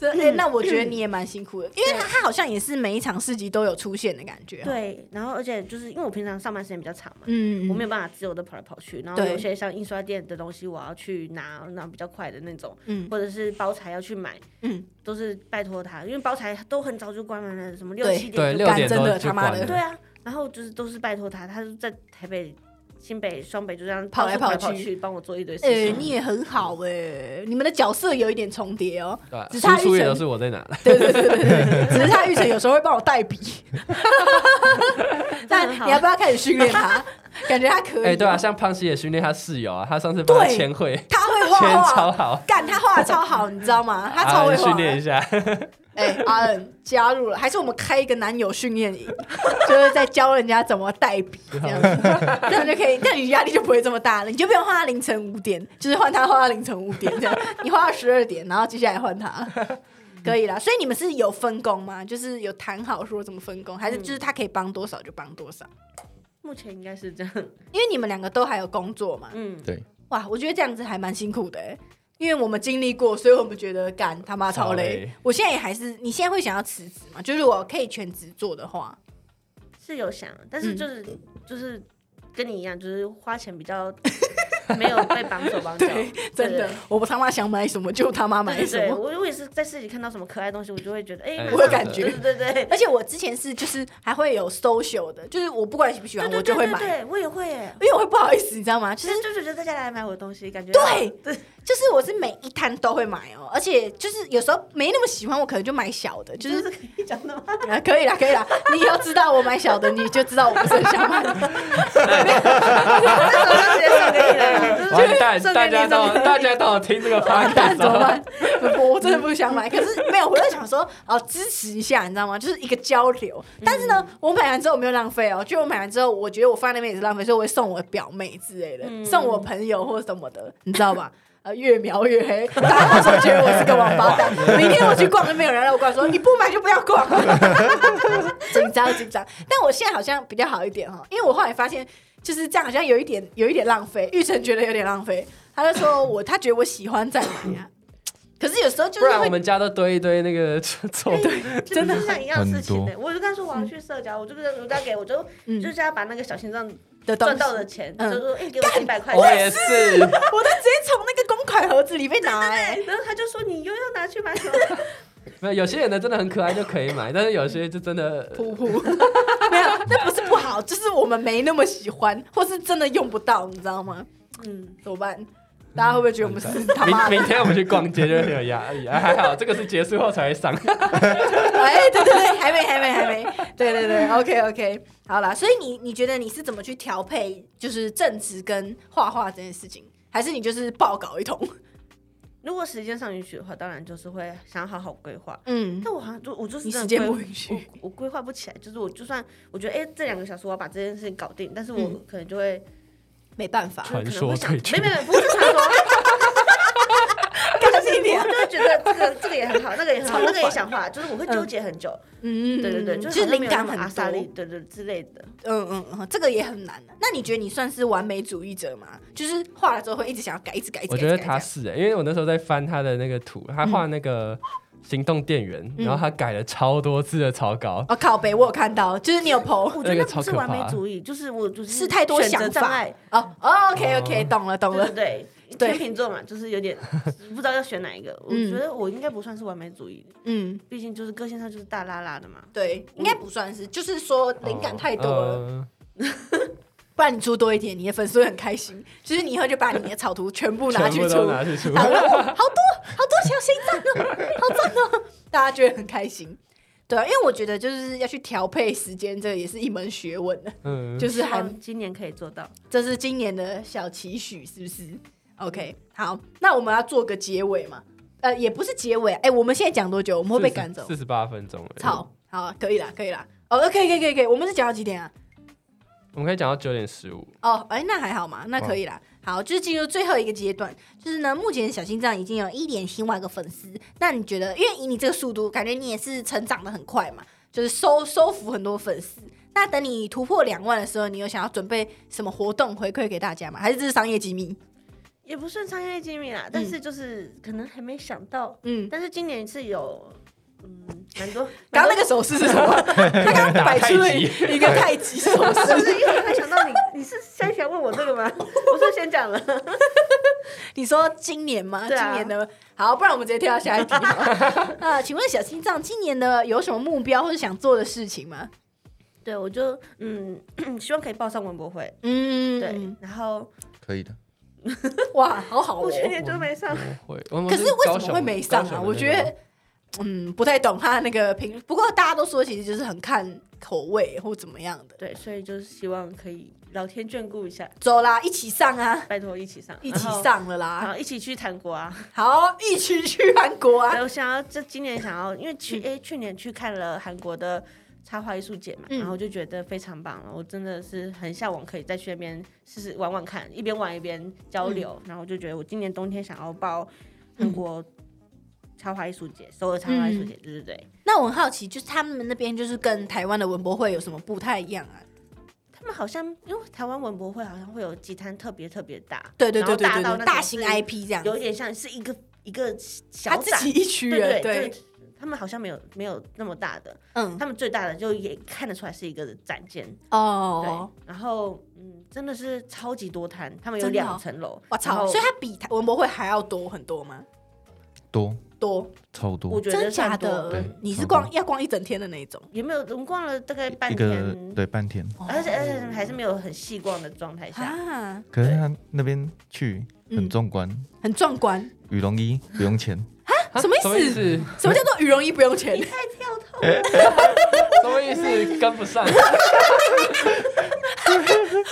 这、哎那我觉得你也蛮辛苦的，因为他他好像也是每一场市集都有出现的感觉。，啊
对。然后而且就是因为我平常上班时间比较长嘛，
嗯，
我没有办法自由的跑来跑去，然后
对
有些像印刷店的东西我要去拿，拿比较快的那种，
嗯
或者是包材要去买，
嗯，
都是拜托他，因为包材都很早就关门了，什么六
对
七
对，
点就
六
关
干
点
真
多
的
就
他妈
关
的
了。
对啊，然后就是都是拜托他，他就在台北、新北、双北就这样
跑来
到处跑
跑去
去，帮我做一堆事
哎、
情。
你也很好哎、你们的角色有一点重叠哦。 [laughs]
对啊
只差一
输出也
层
都是我在拿的，
对对对对对，只是他玉成有时候会帮我代
[laughs]
笔，但你要不要开始训练
[laughs]
他？感觉他可以，
哎，对啊，像胖西也训练他室友啊，他上次帮他
对
签会，
他会
签
画
超
画，
好，
干他画的超好，你知道吗？他超
啊
会画
训
的。
练
[laughs]
一下，
哎，阿恩加入了，还是我们开一个男友训练营， [laughs] 就是在教人家怎么代笔这样子，这样就可以，那你压力就不会这么大了，你就不用画到凌晨五点，就是换他画到凌晨五点这样，你画到十二点，然后接下来换他，可以啦。所以你们是有分工吗？就是有谈好说怎么分工，还是就是他可以帮多少就帮多少？
目前应该是这样，
因为你们两个都还有工作嘛，
嗯，
哇，我觉得这样子还蛮辛苦的哎、因为我们经历过，所以我们觉得干他妈超
超
累
累。
我现在也还是，你现在会想要辞职吗？就是我可以全职做的话，
是有想，但
嗯
是就是、就是跟你一样，就是花钱比较 [laughs] 没有被绑手绑脚。
对，真的
对，
我他妈想买什么就他妈买
对
什
对，
么。
我我也是在市里看到什么可爱的东西，我就会觉得哎，
哎
那
我有
这样
感觉
对
[laughs]
对对，
而且我之前是就是还会有 social 的，就是我不管喜不喜欢，我就会买，
对对对对，我也会耶。
因为我会不好意思，你知道吗？就
其
是
实就是觉得大家来买我的东西，感觉
对
对 [laughs]
就是我是每一摊都会买哦，而且就是有时候没那么喜欢，我可能就买小的，就是 [laughs]
就是可以讲的吗？ [laughs]
啊，可以啦，可以啦。你要知道我买小的，你就知道我不是很想买。
我就直接送给你了，就是
完蛋，
送给
大
你
家到
送给你
大家到听
[laughs]
这个哦 p
完
o
蛋
d
怎么办？我我真的不想买，可是没有，我就想说哦，支持一下，你知道吗？就是一个交流。但是呢，我买完之后没有浪费哦，就我买完之后，我觉得我放在那边也是浪费，所以我会送我表妹之类的，
嗯
送我朋友或什么的，你知道吧？ [laughs] 呃，越描越黑，大家都觉得我是个王八 [laughs] 蛋。明天我去逛都没有人来我逛，说你不买就不要 [laughs] 逛。紧张紧张，但我现在好像比较好一点哈，因为我后来发现就是这样，好像有一点有一点浪费。玉成觉得有点浪费，他就说我他觉得我喜欢再买啊，可是有时候就
不
是
然我
会
们家都堆一堆那个 [laughs] 臭豆腐
真的像一样事情呢、
很
我就跟他说我要去社交，我就跟人家给我就、
嗯
就是要把那个小心脏
的东西
赚到的钱，
嗯
就说哎、给我一百块
我
钱。
也是，
我都直接从那个公款盒子里面拿哎、
然后他就说你又要拿去买什么？ [laughs]
没有有些人的真的很可爱就可以买，但是有些就真的
噗噗， [laughs] 没有，那不是不好，就是我们没那么喜欢，或是真的用不到，你知道吗？
嗯，
怎么办？大家会不会觉得我们是他妈
明
的？
明天我们去逛街就会很有压力，啊还好这个是结束后才
[laughs]
会上。
哎，对对对，还没，还没，还没，对对对，OK OK，好啦，所以你你觉得你是怎么去调配，就是正职跟画画这件事情，还是你就是爆搞一通？
如果时间上允许的话，当然就是会想要好好规划。
嗯，
但我好像就我就是
你时
真的
间
规
不允许，
我我规划不起来，就是我就算我觉得哎、这两个小时我要把这件事情搞定，但是我
嗯
可能就会
没办法，
传
就是可能
说
会想，
退去
没没没不是传说，
[laughs] 干你
我
娘！
就会觉得这个这个也很好，那个也很好，
超
那个也
烦
想画，就是我会纠结很久。
[laughs] 嗯，
对对对，
就是
好像
灵
没有
感
那么阿
很
萨利，
多，
对对之类的。
嗯嗯嗯，这个也很难。那你觉得你算是完美主义者吗？就是画了之后会一直想要改，一直改，一直
我
改。
觉得
一直改
他是、欸，因为我那时候在翻他的那个图，他画那个行动电源，
嗯
然后他改了超多次的草稿，
哦，靠北我有看到，就是你有 PO
[laughs] 我
[laughs]
那
觉得
个
那不
超
是
可
完美
怕
主义，就是我就是
是太多
选择
想
障
法
碍，
哦。哦 OK OK，懂了懂
对 [laughs]
了
对。对，
对
天秤座嘛，就是有点 [laughs] 不知道要选哪一个。我
嗯
觉得我应该不算是完美主义，
嗯，
毕竟就是个性上就是大拉拉的嘛。
对，应该不算是，就是说灵感太多了，
哦
不然你出多一点，你的粉丝会很开心。就是你以后就把你的草图全部
呃
拿
全
去
部
出，
都拿去出。
好 [laughs] 多好多好多小心脏哦，好赞哦， [laughs] 大家觉得很开心。对啊，因为我觉得就是要去调配时间，这也是一门学问的，
嗯，
就是还
希望今年可以做到。
这是今年的小期许，是不是？OK，好，那我们要做个结尾嘛？呃，也不是结尾，哎、我们现在讲多久？我们会被赶走
四？十八分钟了。
操，好，可以啦，可以啦。哦，可以，可以，可以，可以。我们是讲到几点啊？
我们可以讲到九点十
[laughs]
五。
哦，哎，那还好嘛，那可以啦。好，就是进入最后一个阶段，就是呢，目前小心脏已经有一点七万个粉丝。那你觉得，因为以你这个速度，感觉你也是成长的很快嘛，就是收收服很多粉丝。那等你突破两万的时候，你有想要准备什么活动回馈给大家吗？还是这是商业机密？
也不算商业机密啦，但是就是可能还没想到，
嗯，
但是今年是有嗯蛮多，
刚刚那个手势是什 [laughs] 么？他刚刚摆出了一个太极啊手势。
不是因为没想到你， [laughs] 你是先想问我这
[laughs]
个吗？我是先讲了，
你说今年吗？
对啊
今年的好，不然我们直接跳到下一题好 [laughs] 了。啊，请问小心脏今年的有什么目标或者想做的事情吗？
对我就嗯 [clears throat] 希望可以报上文博会，
嗯，
对，，然后
可以的。
[laughs] 哇，好好哦
我。去年就没上，
我会，我们
可是为什
高
么
雄
会没上
高雄
啊？
的那
我觉
个
得，嗯，不太懂他那个评。不过大家都说，其实就是很看口味或怎么样的。
[laughs] 对，所以就是希望可以老天眷顾一下，
走啦，一起上啊，
拜托一起上，
一起
然后。
上了啦。
好，一起去韩国啊！
好，一起去韩国啊嗯
对，。我想要这今年想要，因为去诶、去年去看了韩国的插画艺术节嘛，
嗯
然后就觉得非常棒了。我真的是很向往可以再去那边试试玩玩看，一边玩一边
嗯
交流。然后我就觉得我今年冬天想要报韩国插画艺术节，首尔插画艺
嗯
术节，对对对。
那我很好奇，就是他们那边就是跟台湾的文博会有什么不太一样啊？
他们好像因为台湾文博会好像会有几摊特别特别大，
对对
然后
对对对
大到
对，
那种
大型
是
IP 这样
有，点像是一个一个小
他自
展
己，一区
对
人，
对
对，
就他们好像没有没有那么大的，
嗯，
他们最大的就也看得出来是一个展间，
哦，
对，然后嗯，真的是超级多摊，他们有
真的哦
两层楼，
我
然
操，
后
所以它比台文博会还要多很多吗？
多
多，
超
我
多，
觉
真
得
假
算多了
的
对？
你是
差不
逛
多
要逛一整天的那一种？
也没有，我们逛了大概半
一个
天，
对半天。
哦
而且而且还是没有很细逛的状态下，
啊，
可是他那边去
嗯
很壮观，
很壮观。
羽绒衣不用钱，
啊
什么意思
思？
什么叫做羽绒衣不用 [laughs] 钱？
什么意思？ [laughs] 跟不上。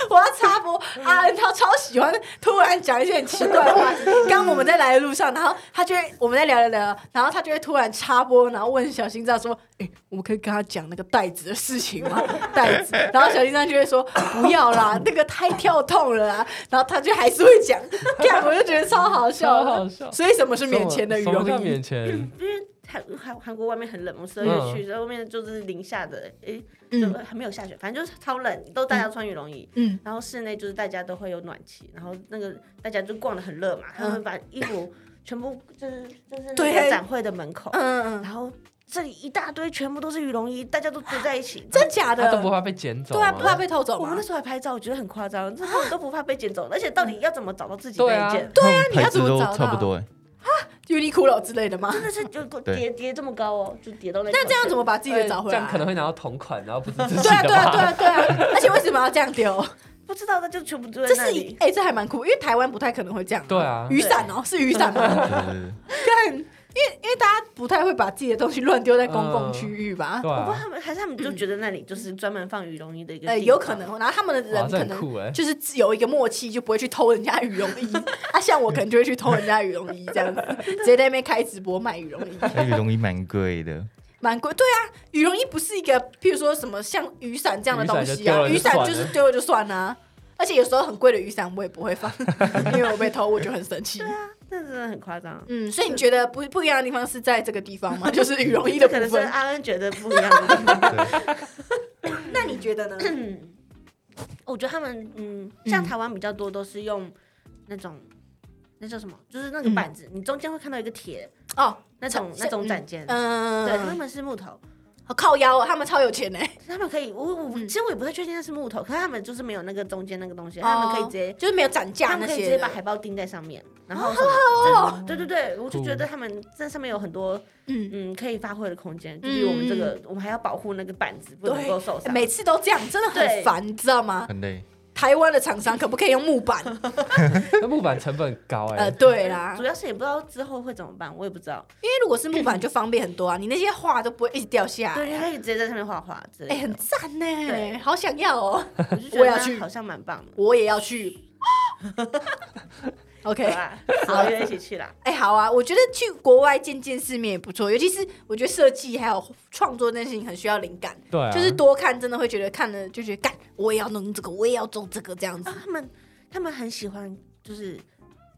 我要插播，阿恩他超喜欢突然讲一些很奇怪的话。刚我们在来的路上，然后他就会我们在聊聊聊，然后他就会突然插播，然后问小心脏说：“哎、我们可以跟他讲那个袋子的事情 [laughs] 吗？袋子。”然后小心脏就会说：“不要 [laughs] 啦，那个太跳痛了啦。”然后他就还是会讲，看我就觉得超好 [laughs] 笑的，
超好笑
所以什么是免钱的羽
什么
绒
叫
衣？
免钱？
因为韩韩韩国外面很冷，我们十二
嗯
月去，然后外面就是零下的，诶，就还没有下雪，反正就是超冷，都大家穿羽绒衣。
嗯嗯，
然后室内就是大家都会有暖气，然后那个大家就逛得很热嘛，他们把衣服全部就是就是
嗯对
那个展会的门口，
嗯嗯嗯，
然后这里一大堆全部都是羽绒衣，大家都堆在一起。
真假
他都
的
不？怕被捡
嗯
走
对啊，
吗？
不怕被偷走
我们
吗
那？时候还拍照，我觉得很夸张，就是他们都不怕被捡走，而且到底要怎么找到自己
对
那
啊
一件？
对
啊你
牌
要怎么
子都
找到
差不多哎，
优衣库了之类的吗？
真的是 [laughs] 就
对
叠叠这么高哦，就叠到那。
那这样怎么？把自己的找回
这
来？
样可能呃会拿到同款，然后不是自己的
对啊，对啊，对
吧？
啊，对
[laughs]
啊！而且为什么要这样丢？
不知道，那就全部堆
这
在
是
那
一
里。
哎、这还蛮酷，因为台湾不太可能会这样。
对啊
雨伞哦，是雨伞吗？
[laughs]
对对对，
看，因为因为大家不太会把自己的东西乱丢在公共区域吧？
对
我不知道
啊，
他们还是他们就觉得那里就是专门放羽绒衣的一个地方。
呃，有可能，然后他们的
哇，
人
这
可
很
能
酷哎。
就是有一个默契，就不会去偷人家羽绒衣。啊，像我可能就会去偷人家羽绒衣这
[laughs]
样子，直接在那边开直播卖羽绒衣，
那羽绒衣蛮贵的，
蛮贵。对啊，羽绒衣不是一个，譬如说什么像雨伞这样的东西啊，雨
雨伞
伞
就丢
就是丢了
了就算了
就算啦、而且有时候很贵的雨伞我也不会放， [laughs] 因为我被偷我就很生气。
那真的很夸张。
嗯，所以你觉得不不一样的地方是在这个地方
[laughs]
吗？就是羽绒衣的
这可能
部
是啊
分。
阿恩觉得不一样的地方。
那你觉得呢？
我觉得他们嗯，
嗯
像台湾比较多都是用那种那叫什么，就是那个板子，你中间会看到一个铁
哦，
那种
是
那种展间，对，他
嗯，
们是木头，
哦靠腰、哦，他们超有钱哎、
他们可以，我我其实我也不太确定那是木头，可是他们就是没有那个中间那个东西，
嗯哦
他们可以直接，
就是没有涨价
他
那
们可以直
些
接把
的。
海报钉在上面，然后什么
哦
对对对，我就觉得他们这上面有很多
嗯，
嗯可以发挥的空间，就是我们这个我们还要保护那个板子不能够受伤，
每次都这样，真的很
对
烦，你知道吗？
很累。
台湾的厂商可不可以用木
[laughs]
板？
那木板成本很高哎、
呃，对啦
主，要是也不知道之后会怎么办，我也不知道，
因为如果是木板就方便很多啊，你那些画都不会一直掉下
对，
来。
他可以直接在上面画画之
哎、
类
很
的，
赞呢、
对
好想要哦， [laughs]
我就觉
我
得
也要
那
去
好像蛮棒的，
我也要去。OK，
好吧，好，就一起去啦。
哎、好啊，我觉得去国外见见世面也不错，尤其是我觉得设计还有创作那件事情很需要灵感，
对啊，
就是多看真的会觉得看了就觉得干，我也要弄这个，我也要做这个这样子
啊，。他们他们很喜欢，就是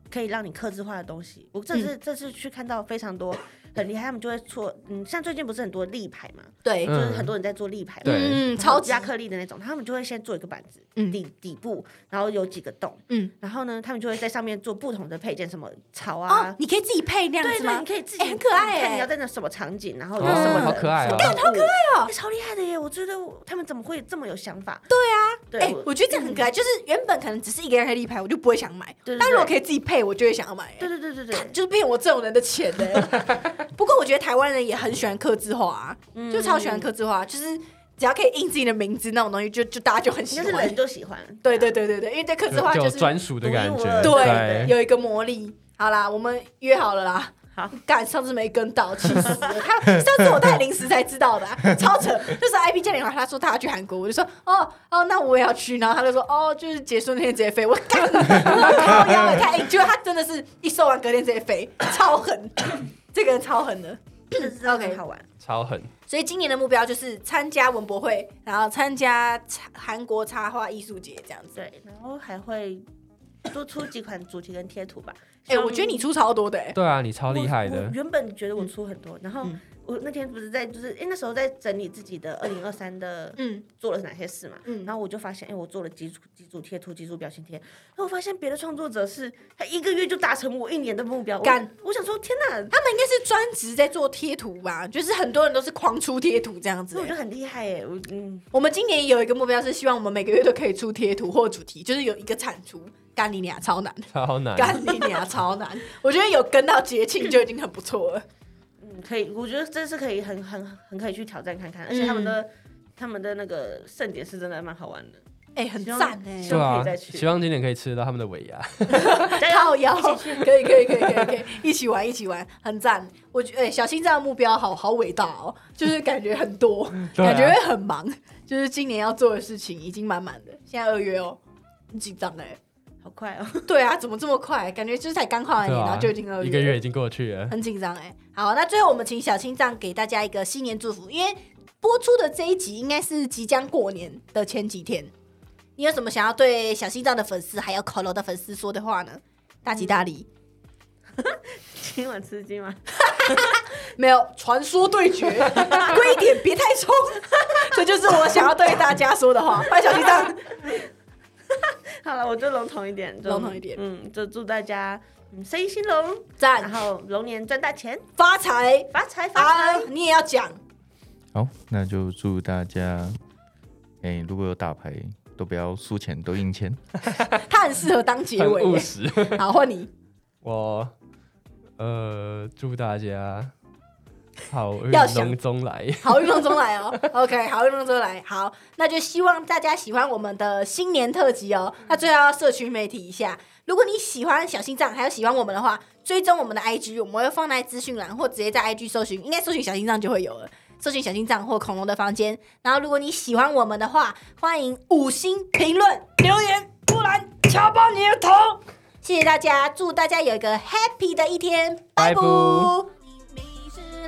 可以让你克制化的东西。我这次、这次去看到非常多很厉害，他们就会做，嗯，像最近不是很多立牌嘛，
对，
嗯
就是很多人在做立牌嘛，
对
嗯，
然后
超级
亚克力的那种，他们就会先做一个板子，
嗯
底底部，然后有几个洞，
嗯，
然后呢，他们就会在上面做不同的配件，什么草啊。
哦，你可以自己配那样
对
子
对，
吗
你？可以自己、
哎很可爱哎
看你要在那什么场景，然后有
哦
什么、
好可爱哦
干好可爱
哦
哎超厉害的耶！我觉得我他们怎么会这么有想法？对啊，
哎、
对，
我觉得这样很可爱。就是原本可能只是一个亚克力牌，我就不会想买，
对对对
但如果可以自己配，我就会想要买、哎
对对对对对，
就是骗我这种人的钱呢、
[laughs]
不过我觉得台湾人也很喜欢刻字化、啊，
嗯
就超喜欢刻字化，就是只要可以印自己的名字那种东西，就就大家就很
应
喜
该是人
欢。
就喜
[laughs]
欢。啊
对对对对对，因为对刻字化
就有
是
专属的感
独一无
觉，
二
对
对
有一个魔力。好啦，我们约好了啦。
好，
干上次没跟到，气死了！他上次我带临时才知道的啊、超扯。就是 IP 叫你来，他说他要去韩国，我就说哦哦，那我也要去。然后他就说哦，就是结束那天直接飞。我 [laughs] 干，我靠腰也太硬，结果他真的是一收完隔天直接飞，超狠。 [coughs] 这个人超狠的。
这真的很好玩。
超狠。
所以今年的目标就是参加文博会，然后参加插韩国插画艺术节这样子。
对，然后还会多出几款主题跟贴图吧。
哎、我觉得你出超多的、欸，
对啊，你超厉害
我我
的，
原本觉得我出很多，然后
嗯
我那天不是在就是因为那时候在整理自己的二零二三的
嗯
做了哪些事嘛，
嗯
然后我就发现，哎，我做了几组几组贴图，几组表情贴，然后我发现别的创作者是他一个月就达成我一年的目标，我
干！
我想说，天哪！
他们应该是专职在做贴图吧，就是很多人都是狂出贴图这样子
所以我觉。得很厉害哎，我嗯，
我们今年有一个目标是希望我们每个月都可以出贴图或主题，就是有一个产出。干你俩
[laughs]
超难，
超难。
干你俩超难。 [laughs] 我觉得有跟到节庆就已经很不错了。
嗯，可以，我觉得这是可以很很很可以去挑战看看，而且他们
嗯
的、他们的那个盛典是真的蛮好玩的，
哎、很赞哎、[laughs]
希
对啊
望可以再，去
希望今年可以吃到他们的尾牙。
加油
靠腰， [laughs] 可以可以可以可以可以，一起玩一起玩，很赞。我觉得、哎小新这样的目标好好伟大哦，就是感觉很多，
[laughs] 对啊
感觉会很忙，就是今年要做的事情已经满满的。现在二月哦，很紧张哎。
好快哦！ [laughs]
对啊，怎么这么快？感觉就是才刚跨完
对
年，然
啊
后就已经二
一
月
个
了
月已经过去了。
很紧张哎。好，那最后我们请小青藏给大家一个新年祝福，因为播出的这一集应该是即将过年的前几天。你有什么想要对小心脏的粉丝还有烤肉的粉丝说的话呢？大吉大利！
今晚吃鸡吗？
没有传说对决， [laughs] 归点别太冲， [laughs] 这就是我想要对大家说的话。欢迎小心 [laughs] 脏，
好了，我就笼统一点，就
笼统一点啊
嗯，就祝大家嗯生意兴隆，然
赞
后龙年赚大钱，
发财
发财发
啊
财！！
你也要讲，
好，那就祝大家，哎、如果有打牌，都不要输钱，都赢钱。
他很适合当 [laughs] 结
很
尾
务
耶。
实。 [laughs]
好，换你
我呃，祝大家好运
要想
龙中来。
好运动中来哦。OK，好运动中来。好，那就希望大家喜欢我们的新年特辑哦。那最后要社群媒体一下，如果你喜欢小心脏，还有喜欢我们的话，追踪我们的 IG，我们会放在资讯栏，或直接在 IG 搜寻，应该搜寻小心脏就会有了。搜寻小心脏或恐龙的房间。然后，如果你喜欢我们的话，欢迎五星评论、留言，不然敲爆你的头。谢谢大家，祝大家有一个 happy 的一天，拜
拜拜
拜。
迷失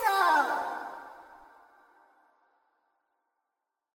手。